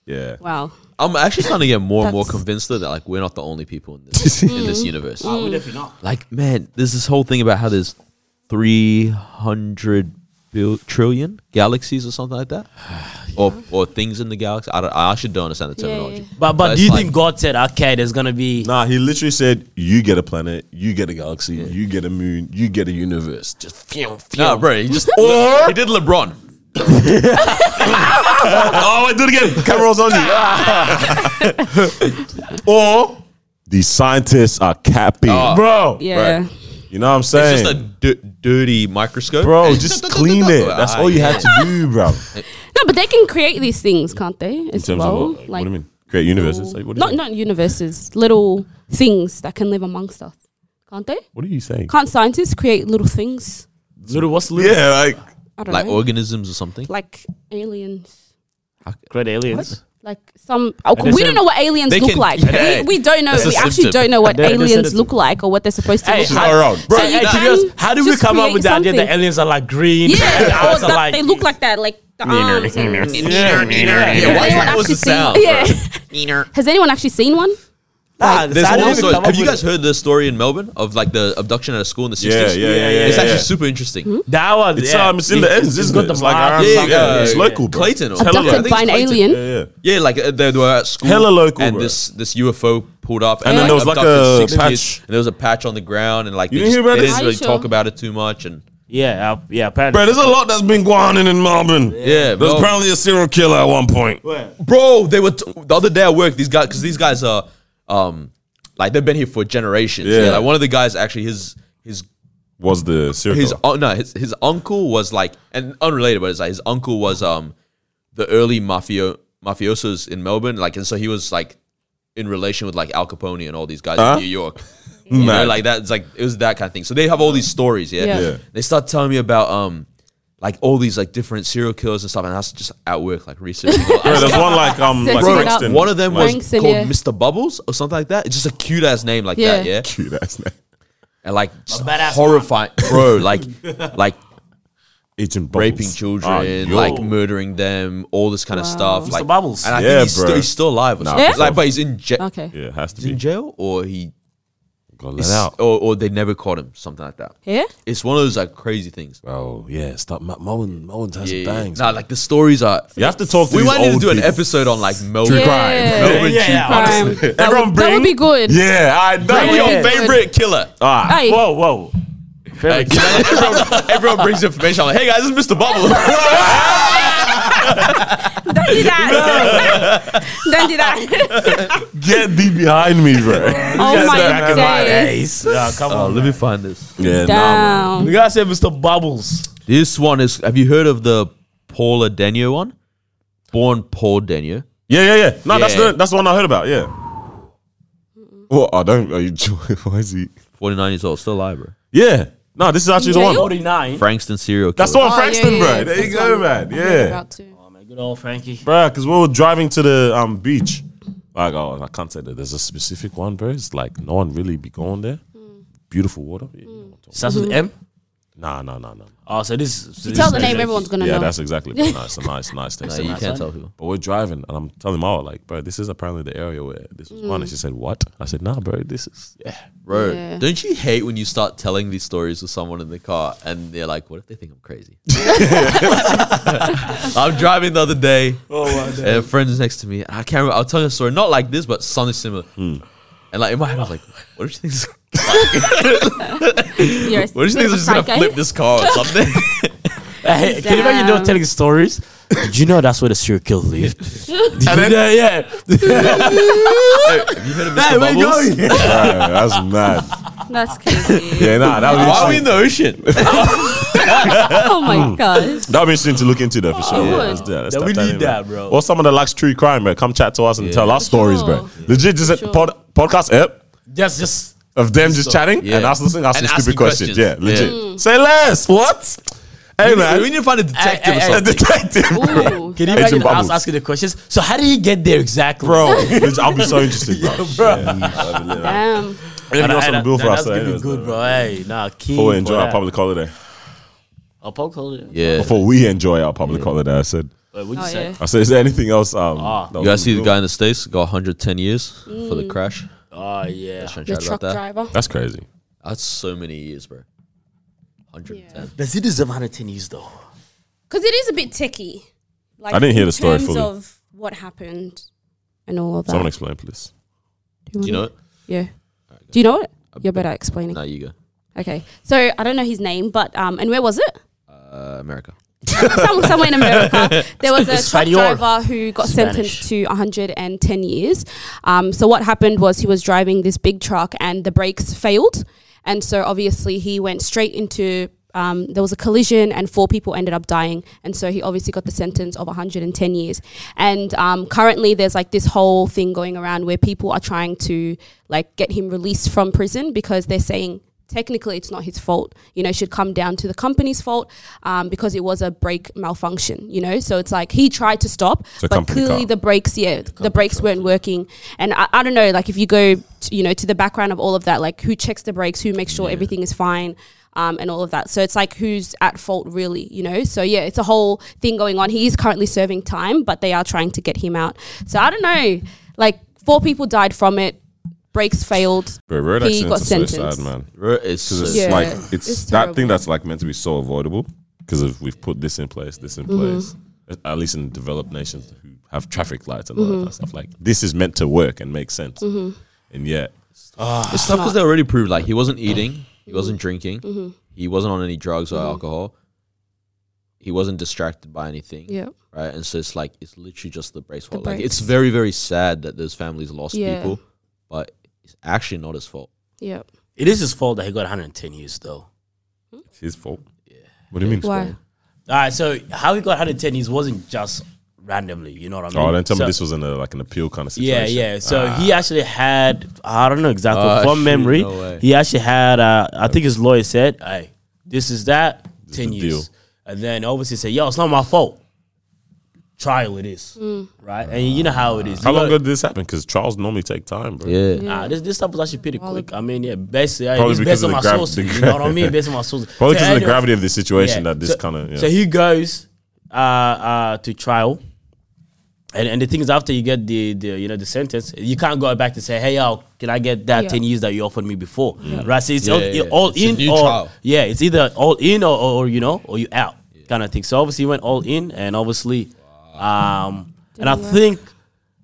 yeah." Wow. I'm actually starting to get more and more That's- convinced though, that like we're not the only people in this in this universe. We're definitely not. Like, man, there's this whole thing about how there's 300 bil- trillion galaxies or something like that, or or things in the galaxy. I, don't, I actually don't understand the Yeah, yeah, terminology. yeah. But, but do it's you like- think God said, okay, there's going to be. Nah, he literally said, "You get a planet, you get a galaxy, you get a moon, you get a universe." Just No, bro, he just he did LeBron. oh, wait, do it again. Camera's on you. Ah. or the scientists are capping, Oh. bro. Yeah. You know what I'm saying? It's just a di- dirty microscope, Bro, just clean it. That's all you have. had to do, bro. No, but they can create these things, can't they? As In terms well, of what? what do you mean? Create universes? Like, what, do you Not not universes, little things that can live amongst us, can't they? what are you saying? Can't scientists create little things? Little, what's little? Yeah, like I don't like know, organisms or something. like aliens. Great aliens. Like some, oh, they we said- don't know what aliens They look can- like. Hey, we, we don't know. that's a We actually symptom. don't know what They- they said aliens it's- look like or what they're supposed to Hey, look how- like. all around. Bro, So hey, you to be can honest, how did we just come up create with the idea that something. aliens are like green? and the Yeah, or eyes are that they look like that, like the arms. and- Yeah, yeah. Yeah, why is that was Has anyone actually the seen? sound? Yeah. Has anyone actually seen one? Nah, There's how did we also, come up have you with guys heard the story in Melbourne of like the abduction at a school in the 60s? yeah, yeah, yeah, yeah. It's yeah, actually yeah. super interesting. That was It's yeah. um, it's in the ends, isn't got it? the It's like mark around or Yeah, somewhere. something. yeah, it's yeah. local, bro. Clayton. Or Hella something. I Abducted think by it's an Clayton. alien. Yeah, yeah. Yeah, like uh, they, they were at school. Hella local, And bro. this this UFO pulled up, And then there was like abducted a six patch. kids, and there was a patch on the ground, and like You they, didn't just, hear about they didn't this? Are you really sure? talk about it too much. And Yeah, uh, yeah, apparently. Bro, there's a lot that's been going on in Melbourne. Yeah, There was bro. apparently a serial killer at one point. bro, they were t- the other day at work. These guys, because these guys are, um, like they've been here for generations. Yeah. like one of the guys actually his his Was the serial his killer. uh, no his, his uncle was like and unrelated, but it's like his uncle was um the early mafio mafiosos in Melbourne, like and so he was like in relation with like Al Capone and all these guys Huh? in New York. You know, Mad. like that. It's like it was that kind of thing. So they have all these stories, yeah? Yeah. Yeah. They start telling me about um, like all these like different serial killers and stuff, and I was just at work like researching. all- Bro, there's one like um Bro, like Bro, Frankston. one of them was Franks in called here. Mr. Bubbles or something like that. It's just a cute ass name like that, Yeah. yeah. cute ass name. And like just badass horrifying, bro. Like, like eating bubbles. raping Ah, children, yo. like murdering them, all this kind of Wow. stuff. Mr. Like Bubbles. and I Yeah, think he's, bruh. still, he's still alive. Or Nah, something. Yeah? Like, but he's in, ja- Okay. yeah, it has to he's be. in jail, or he, Gotta is- let out. or or they never caught him, something like that. Yeah? It's one of those like crazy things. Bro, yeah, stop. Mo- Moen, Moen has Yeah, some yeah. bangs. Nah, like the stories are. You have to talk to We these might need to old do an people. episode on like Melbourne. Yeah. Melbourne Yeah, true yeah, crime. honestly. Crime. That, Everyone would, that would bring- be good. Yeah, I Bring know. Yeah. your favorite killer. Ah, Aye. Whoa, whoa. Like, everyone, everyone brings information. I'm like, hey guys, this is Mr. Bubble. Don't do that. Don't do that. get thee behind me, bro. oh my days. Ace. Yeah, Oh, come on. Let me find this. yeah, nah, man. Damn. You guys say Mr. Bubbles. This one is. Have you heard of the Paula Denio one? Born Paul Denio. Yeah, yeah, yeah. No, that's Yeah. the that's the one I heard about. Yeah. Well, I don't. Are you? Why is he? 49 years old, still alive, bro. Yeah. No, this is actually the Yeah, one. you- 49. Frankston serial killer. That's the one, Oh, Frankston, yeah, yeah, yeah. bro. There you That's go, what I'm- man. I'm hearing Yeah, about too. Oh, man, good old Frankie. bro. Because we were driving to the um beach. Like, oh, I can't say that. There's a specific one, bro. It's like no one really be going there. Mm. Beautiful water. Yeah, you know what I'm talking Starts with M. about. Nah, nah, nah, nah. Oh, so this. So You this tell is the name, everyone's going to Yeah, know. that's exactly. But no, it's a nice, nice thing. Nah, It's a you nice can't one. tell people. But we're driving, and I'm telling Mara, like, bro, this is apparently the area where this was Mm. one. And she said, "What?" I said, "Nah, bro, this is yeah." Bro, Yeah. don't you hate when you start telling these stories with someone in the car and they're like, what if they think I'm crazy? I'm driving the other day. Oh, and a friend is next to me. And I can't remember. I'll tell you a story, not like this, but something similar. And like in my head, I was like, what if she thinks, You're eh? a what if she thinks I'm just going to psycho. flip this car or something? Hey, can you imagine them Damn. telling stories? Did you know that's where the serial killer lived? Did you know? Yeah. Have you heard of Mr. Bubbles? Bro, that's mad. That's crazy. Yeah, nah, that was Why are we interesting. in the ocean? oh my gosh. That would be interesting to look into though for sure. it Yeah, would. let's do that. Let's Yeah, tap we that need in, that, man. bro. Or someone that likes true crime, bro, come chat to us and tell us stories, bro. sure. Legit, just sure. a pod, podcast app Just, just. of them just chatting Yeah. and us listening, asking And stupid asking questions. questions. Yeah, Yeah. legit. Mm. Say less. What? Hey man, We need to find a detective or hey, hey, a something. detective, bro. Ooh. Can you Agent imagine us Bubbles. asking the questions? So how did he get there exactly? Bro, legit, I'll be so interested, bro. Yeah. Damn. Anything And I- else on and the I- bill for that- That's gonna us? though, be anyways, good, though. bro. Hey, nah, key. Before we for enjoy our that. public holiday. Our public holiday. Yeah. Before we enjoy our public holiday, I said. Wait, what'd Oh, you say? yeah. I said, is there anything else? Um, Ah. You that was on guys see the bill? guy in the States got 110 years for Mm. the crash? Oh yeah. Shouldn't The chat truck about that. driver. That's crazy. That's so many years, bro. 110. Does he deserve 110 years though? Because it is a bit techie. Like I didn't hear in the story terms fully. of what happened and all of that. Someone explain, please. Do you know it? Yeah. Do you know it? You're better at explaining. No, you go. Okay. So I don't know his name, but um, and where was it? Uh, America. Some, somewhere in America, there was a It's truck Spaniard. driver who got sentenced to 110 years. Um, so what happened was he was driving this big truck and the brakes failed, and so obviously he went straight into. Um, there was a collision and four people ended up dying, and so he obviously got the sentence of 110 years. And um, currently, there's like this whole thing going around where people are trying to like get him released from prison because they're saying technically it's not his fault you know it should come down to the company's fault um, because it was a brake malfunction you know so it's like he tried to stop a but company clearly car. the brakes yeah the, brakes weren't working and I, I don't know like if you go to, you know to the background of all of that like who checks the brakes who makes sure everything is fine um, and all of that so it's like who's at fault really you know so yeah it's a whole thing going on he is currently serving time but they are trying to get him out so i don't know like four people died from it brakes failed Bro, road he got accidents are so sentenced sad, man. It's so, Because it's Yeah. like it's, It's that thing terrible. that's like meant to be so avoidable because if we've put this in place, this in Mm-hmm. place, at- at least in developed nations who have traffic lights and all Mm-hmm. that stuff. Like this is meant to work and make sense, and yet it's tough because they already proved like he wasn't eating, he wasn't drinking, Mm-hmm. he wasn't on any drugs or alcohol, he wasn't distracted by anything. Yeah. Right, and so it's like it's literally just the brace. fault. Like brakes. it's very, very sad that those families lost Yeah. people, but it's actually not his fault. yeah It is his fault that he got 110 years though. it's his fault. What do you mean? Why? it's All right, so how he got 110 years wasn't just randomly. You know what I fault? mean? Oh, then tell Mm. So- me this was in a, like an appeal kind of Yeah, situation. Ah. yeah. So he actually had, I don't know exactly Ah, from shit, memory, no way. he actually had, uh, I think his lawyer said, hey, this is that, 10 the years. deal. And then obviously said, yo, it's not my fault. trial it is, right? And you know how it is. How You long gotta- ago did this happen? Because trials normally take time, bro. Yeah. Nah, this this stuff was actually pretty Well, quick. I mean, yeah, basically, yeah, Probably it's because based on of my the grav- sources. the You know what I mean? gra- Based on my sources. So Probably because of the anyway- gravity of the situation yeah. that this So- kind of. Yeah. So he goes uh, uh, to trial, and, and the thing is, after you get the, the you know the sentence, you can't go back to say, "Hey, yo, can I get that Yeah. ten years that you offered me before?" Right? So it's all, Yeah, yeah, it- all it's a in new or trial. yeah, it's either all in or, or you know or you out kind of thing. So obviously, he went all in, and obviously, um, and I Didn't work. think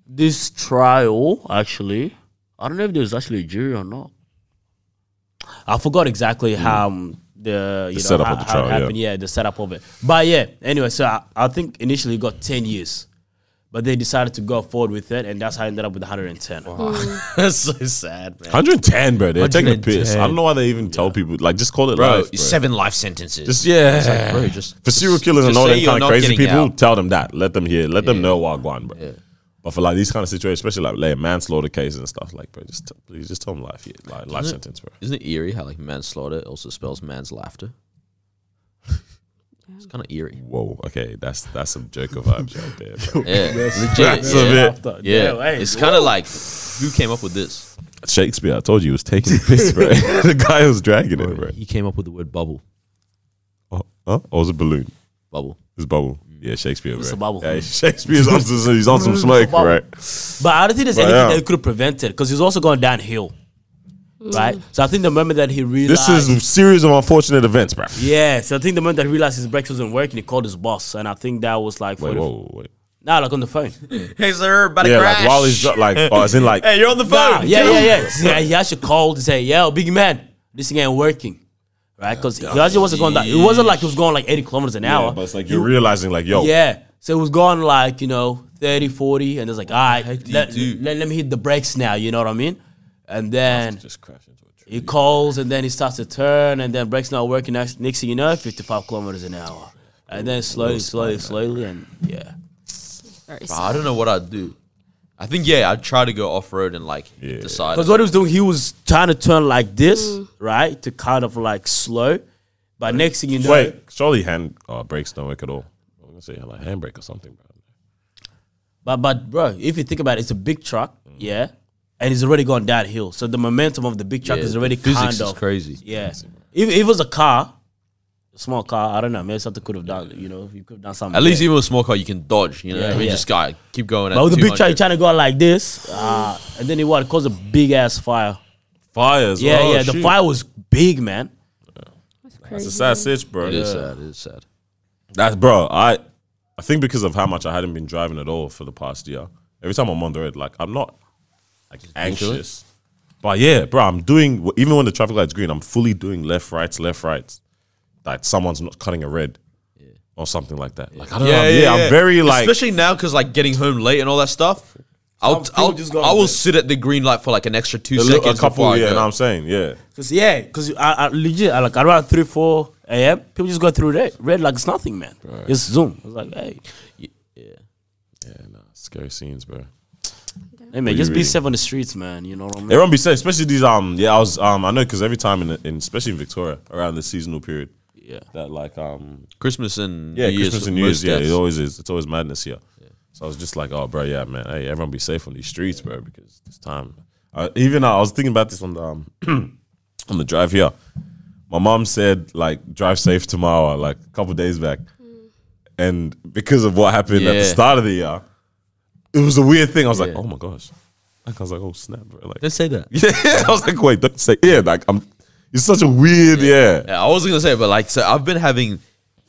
this trial actually, I don't know if there was actually a jury or not. I forgot exactly how um, the you know setup how, of Mm. the how trial, it yeah. happened. Yeah. the setup of it. But yeah, anyway, so I, I think initially it got ten years, but they decided to go forward with it, and that's how I ended up with 110. That's so sad, man. 110, bro. They're taking a piss. 110. I don't know why they even tell people. Like, just call it Bro, life. Bro. seven life sentences. Just, yeah. bro, just for serial killers just and all say that you're kind of not crazy getting people, out. tell them that. Let them hear. Let them know wagwan, bro. But for like these kind of situations, especially like, like manslaughter cases and stuff, like, bro, just t- please just tell them life, yeah, like, life sentence, bro. Isn't it eerie how like manslaughter also spells man's laughter? it's kind of eerie. Whoa, okay, that's that's some joker vibes right there. Bro. Yeah, legit. That's a yeah. bit. After- Yeah, hey, it's kind of like who came up with this? Shakespeare, I told you, he was taking the piss, bro. the guy was dragging Oh, it, bro. He came up with the word bubble. Oh, huh? or was it balloon? Bubble. It's bubble. Yeah, Shakespeare, bro. Mm. It's a bubble. Hey, Shakespeare's on some, he's on some smoke, bubble. right? But I don't think there's But anything yeah. that he could have prevented because he's also going downhill, right? So I think the moment that he realized. This is a series of unfortunate events, bro. yeah, so I think the moment that he realized his breakfast wasn't working, he called his boss, and I think that was like, Wait, 40 whoa, whoa, wait. nah, like on the phone. Hey sir, about Yeah, like while he's dr- like, oh, as in like, you're on the Nah, yeah, yeah, yeah. See, he actually called to say, "Yo, big man, this thing ain't working." Right? Because he actually wasn't going that. It wasn't like he was going like 80 kilometers an yeah, hour. but it's like you're realizing, like, yo, Yeah. So it was going like, you know, 30, 40. And it's like, all right, do you let, do? let, let me hit the brakes now. You know what I mean? And then just crash into a tree. he calls and then he starts to turn and then brakes not working. Next, next thing you know, 55 kilometers an hour. And then slowly, slowly, slowly. And yeah. Very I don't know what I'd do. I think yeah, I'd try to go off road and like Yeah. decide. Because what he was doing, he was trying to turn like this, right? To kind of like slow. But next thing you know, Wait, surely hand uh, brakes don't work at all. I'm gonna say like handbrake or something, bro. But but bro, if you think about it, it's a big truck, Mm. yeah, and it's already gone downhill. So the momentum of the big truck Yeah, is already the physics kind is of crazy. Yeah, if, if it was a car, a small car, I don't know, maybe something could have done. You know, you could have done something. At least there. even with a small car, you can dodge. You know, Yeah, what I mean, yeah. just guy keep going. but at with the big truck, 200. you're trying to go like this, uh, and then it what it caused a big ass fire. Fires, Yeah, Oh, yeah, the fire was big, man. It's a sad sitch, bro. It is sad. It is sad. That's bro. I, I think because of how much I hadn't been driving at all for the past year. Every time I'm on the road, like I'm not like anxious, but yeah, bro, I'm doing even when the traffic light's green, I'm fully doing left rights, left rights, like someone's not cutting a red. Or something like that. Like I don't know. I'm- Yeah, I'm very like Um, especially now because like getting home late and all that stuff. I'll, people I'll just just go I to will bed. sit at the green light for like an extra two a, seconds. little, a couple. before I Yeah, go. know what I'm saying. Yeah, Cause yeah, cause I, I legit I, like around three four a.m. people just go through red, red like it's nothing, man. It's zoom. It's like hey, yeah, nah, scary scenes, bro. hey man, just be really? safe on the streets, man. You know what I mean? Everyone be safe, especially these. Um, yeah, I was. Um, I know because every time in, in especially in Victoria around the seasonal period, Yeah. that like um, Christmas and yeah, New Year's, Christmas and New most Year's, yeah, deaths. it always is. It's always madness here. So I was just like, oh, bro, yeah, man, hey, everyone be safe on these streets, bro, because this time. I, even I was thinking about this on the um, on the drive here. My mom said like drive safe tomorrow, like a couple days back, and because of what happened at the Hmm. Yeah. start of the year, it was a weird thing. I was like, oh my gosh, like I was like, oh snap, bro, like Don't say that. yeah, I was like, wait, don't say yeah. Like I'm, it's such a weird yeah. Yeah, I wasn't gonna say, it, but like, so I've been having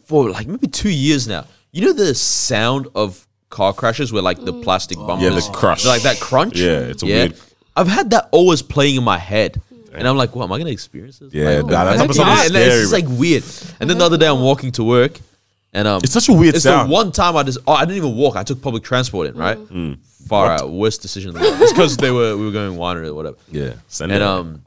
for like maybe two years now. You know the sound of car crashes where like the plastic bumpers, Yeah, the crush. like that crunch. Yeah, it's a weird- I've had that always playing in my head, and I'm like, what am I gonna experience this? Yeah, Like, nah, that's heck something yeah. And scary, It's just bro. like weird. And then the other day, I'm walking to work, and um, It's such a weird It's sound. the one time I just oh, I didn't even walk. I took public transport in right. Mm. Far out worst decision. Of the world. It's because they were we were going winery or whatever. Yeah, send And it. um,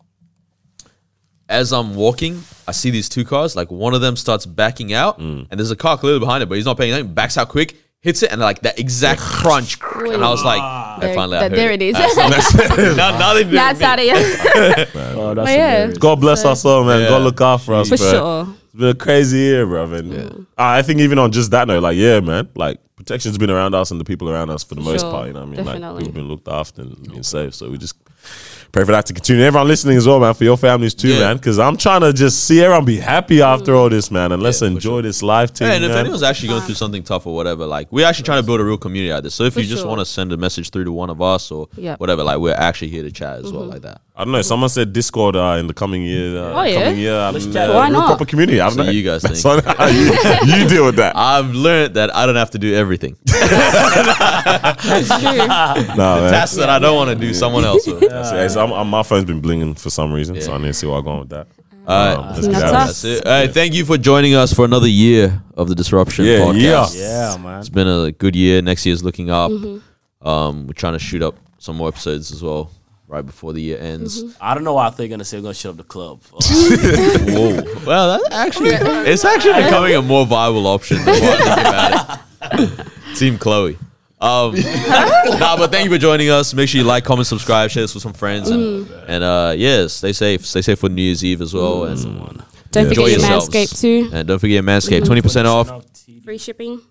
as I'm walking, I see these two cars. Like one of them starts backing out, and there's a car clearly behind it, but he's not paying attention. Backs out quick, hits it, and like that exact crunch. And I was like, I There- finally, I that- heard there it it is. Now, now they do That's it. out of here. Oh, that's yeah. hilarious. God bless us all, man. Yeah. God look out for us, For bro. sure. It's been a crazy year, bro. And I think even on just that note, like, yeah, man, like protection's been around us and the people around us for the most Sure, part. You know what I mean? Like definitely. we've been looked after and being safe. So we just pray for that to continue. Everyone listening as well, man, for your families too, Yeah. man. Because I'm trying to just see everyone be happy after all this, man. And let's Yeah, for enjoy this life thing. Yeah, and if man. anyone's actually going through something tough or whatever, like we're actually trying to build a real community out this. So if For you just sure. want to send a message through to one of us or Yep. whatever, like we're actually here to chat as well, Mm-hmm. like that. I don't know. Someone said Discord uh, in the coming year. Uh, Oh, yeah? Coming year. I Let's mean, chat. uh, Why real not? proper community. I don't So know. you guys That's think. on how you, you deal with that. I've learned that I don't have to do everything. That's true. Nah, man. Tasks that I don't want to do, someone else will. So, yeah, so I'm- I'm- my phone's been blinging for some reason, so I need to see what's going on with that. All Um, right. let's get That's out of us. this. That's it. All right, thank you for joining us for another year of the Disruption Yeah, podcast. yeah. Yeah, man. It's been a good year. Next year's looking up. Mm-hmm. Um, we're trying to shoot up some more episodes as well right before the year ends. I don't know why I thought you were gonna say we're gonna shut up the club. Whoa. Well, that actually, it's actually becoming a more viable option than what I think about it. Team Chloe. Um, nah, but thank you for joining us. Make sure you like, comment, subscribe, share this with some friends, and, and uh, yeah, stay safe. Stay safe for New Year's Eve as well, and Don't enjoy forget your yourselves. Manscaped too. And don't forget your Manscaped, twenty percent off. Free shipping.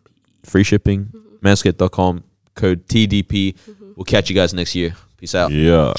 free shipping. Manscaped.com, code TDP. We'll catch you guys next year. Peace out. Yeah.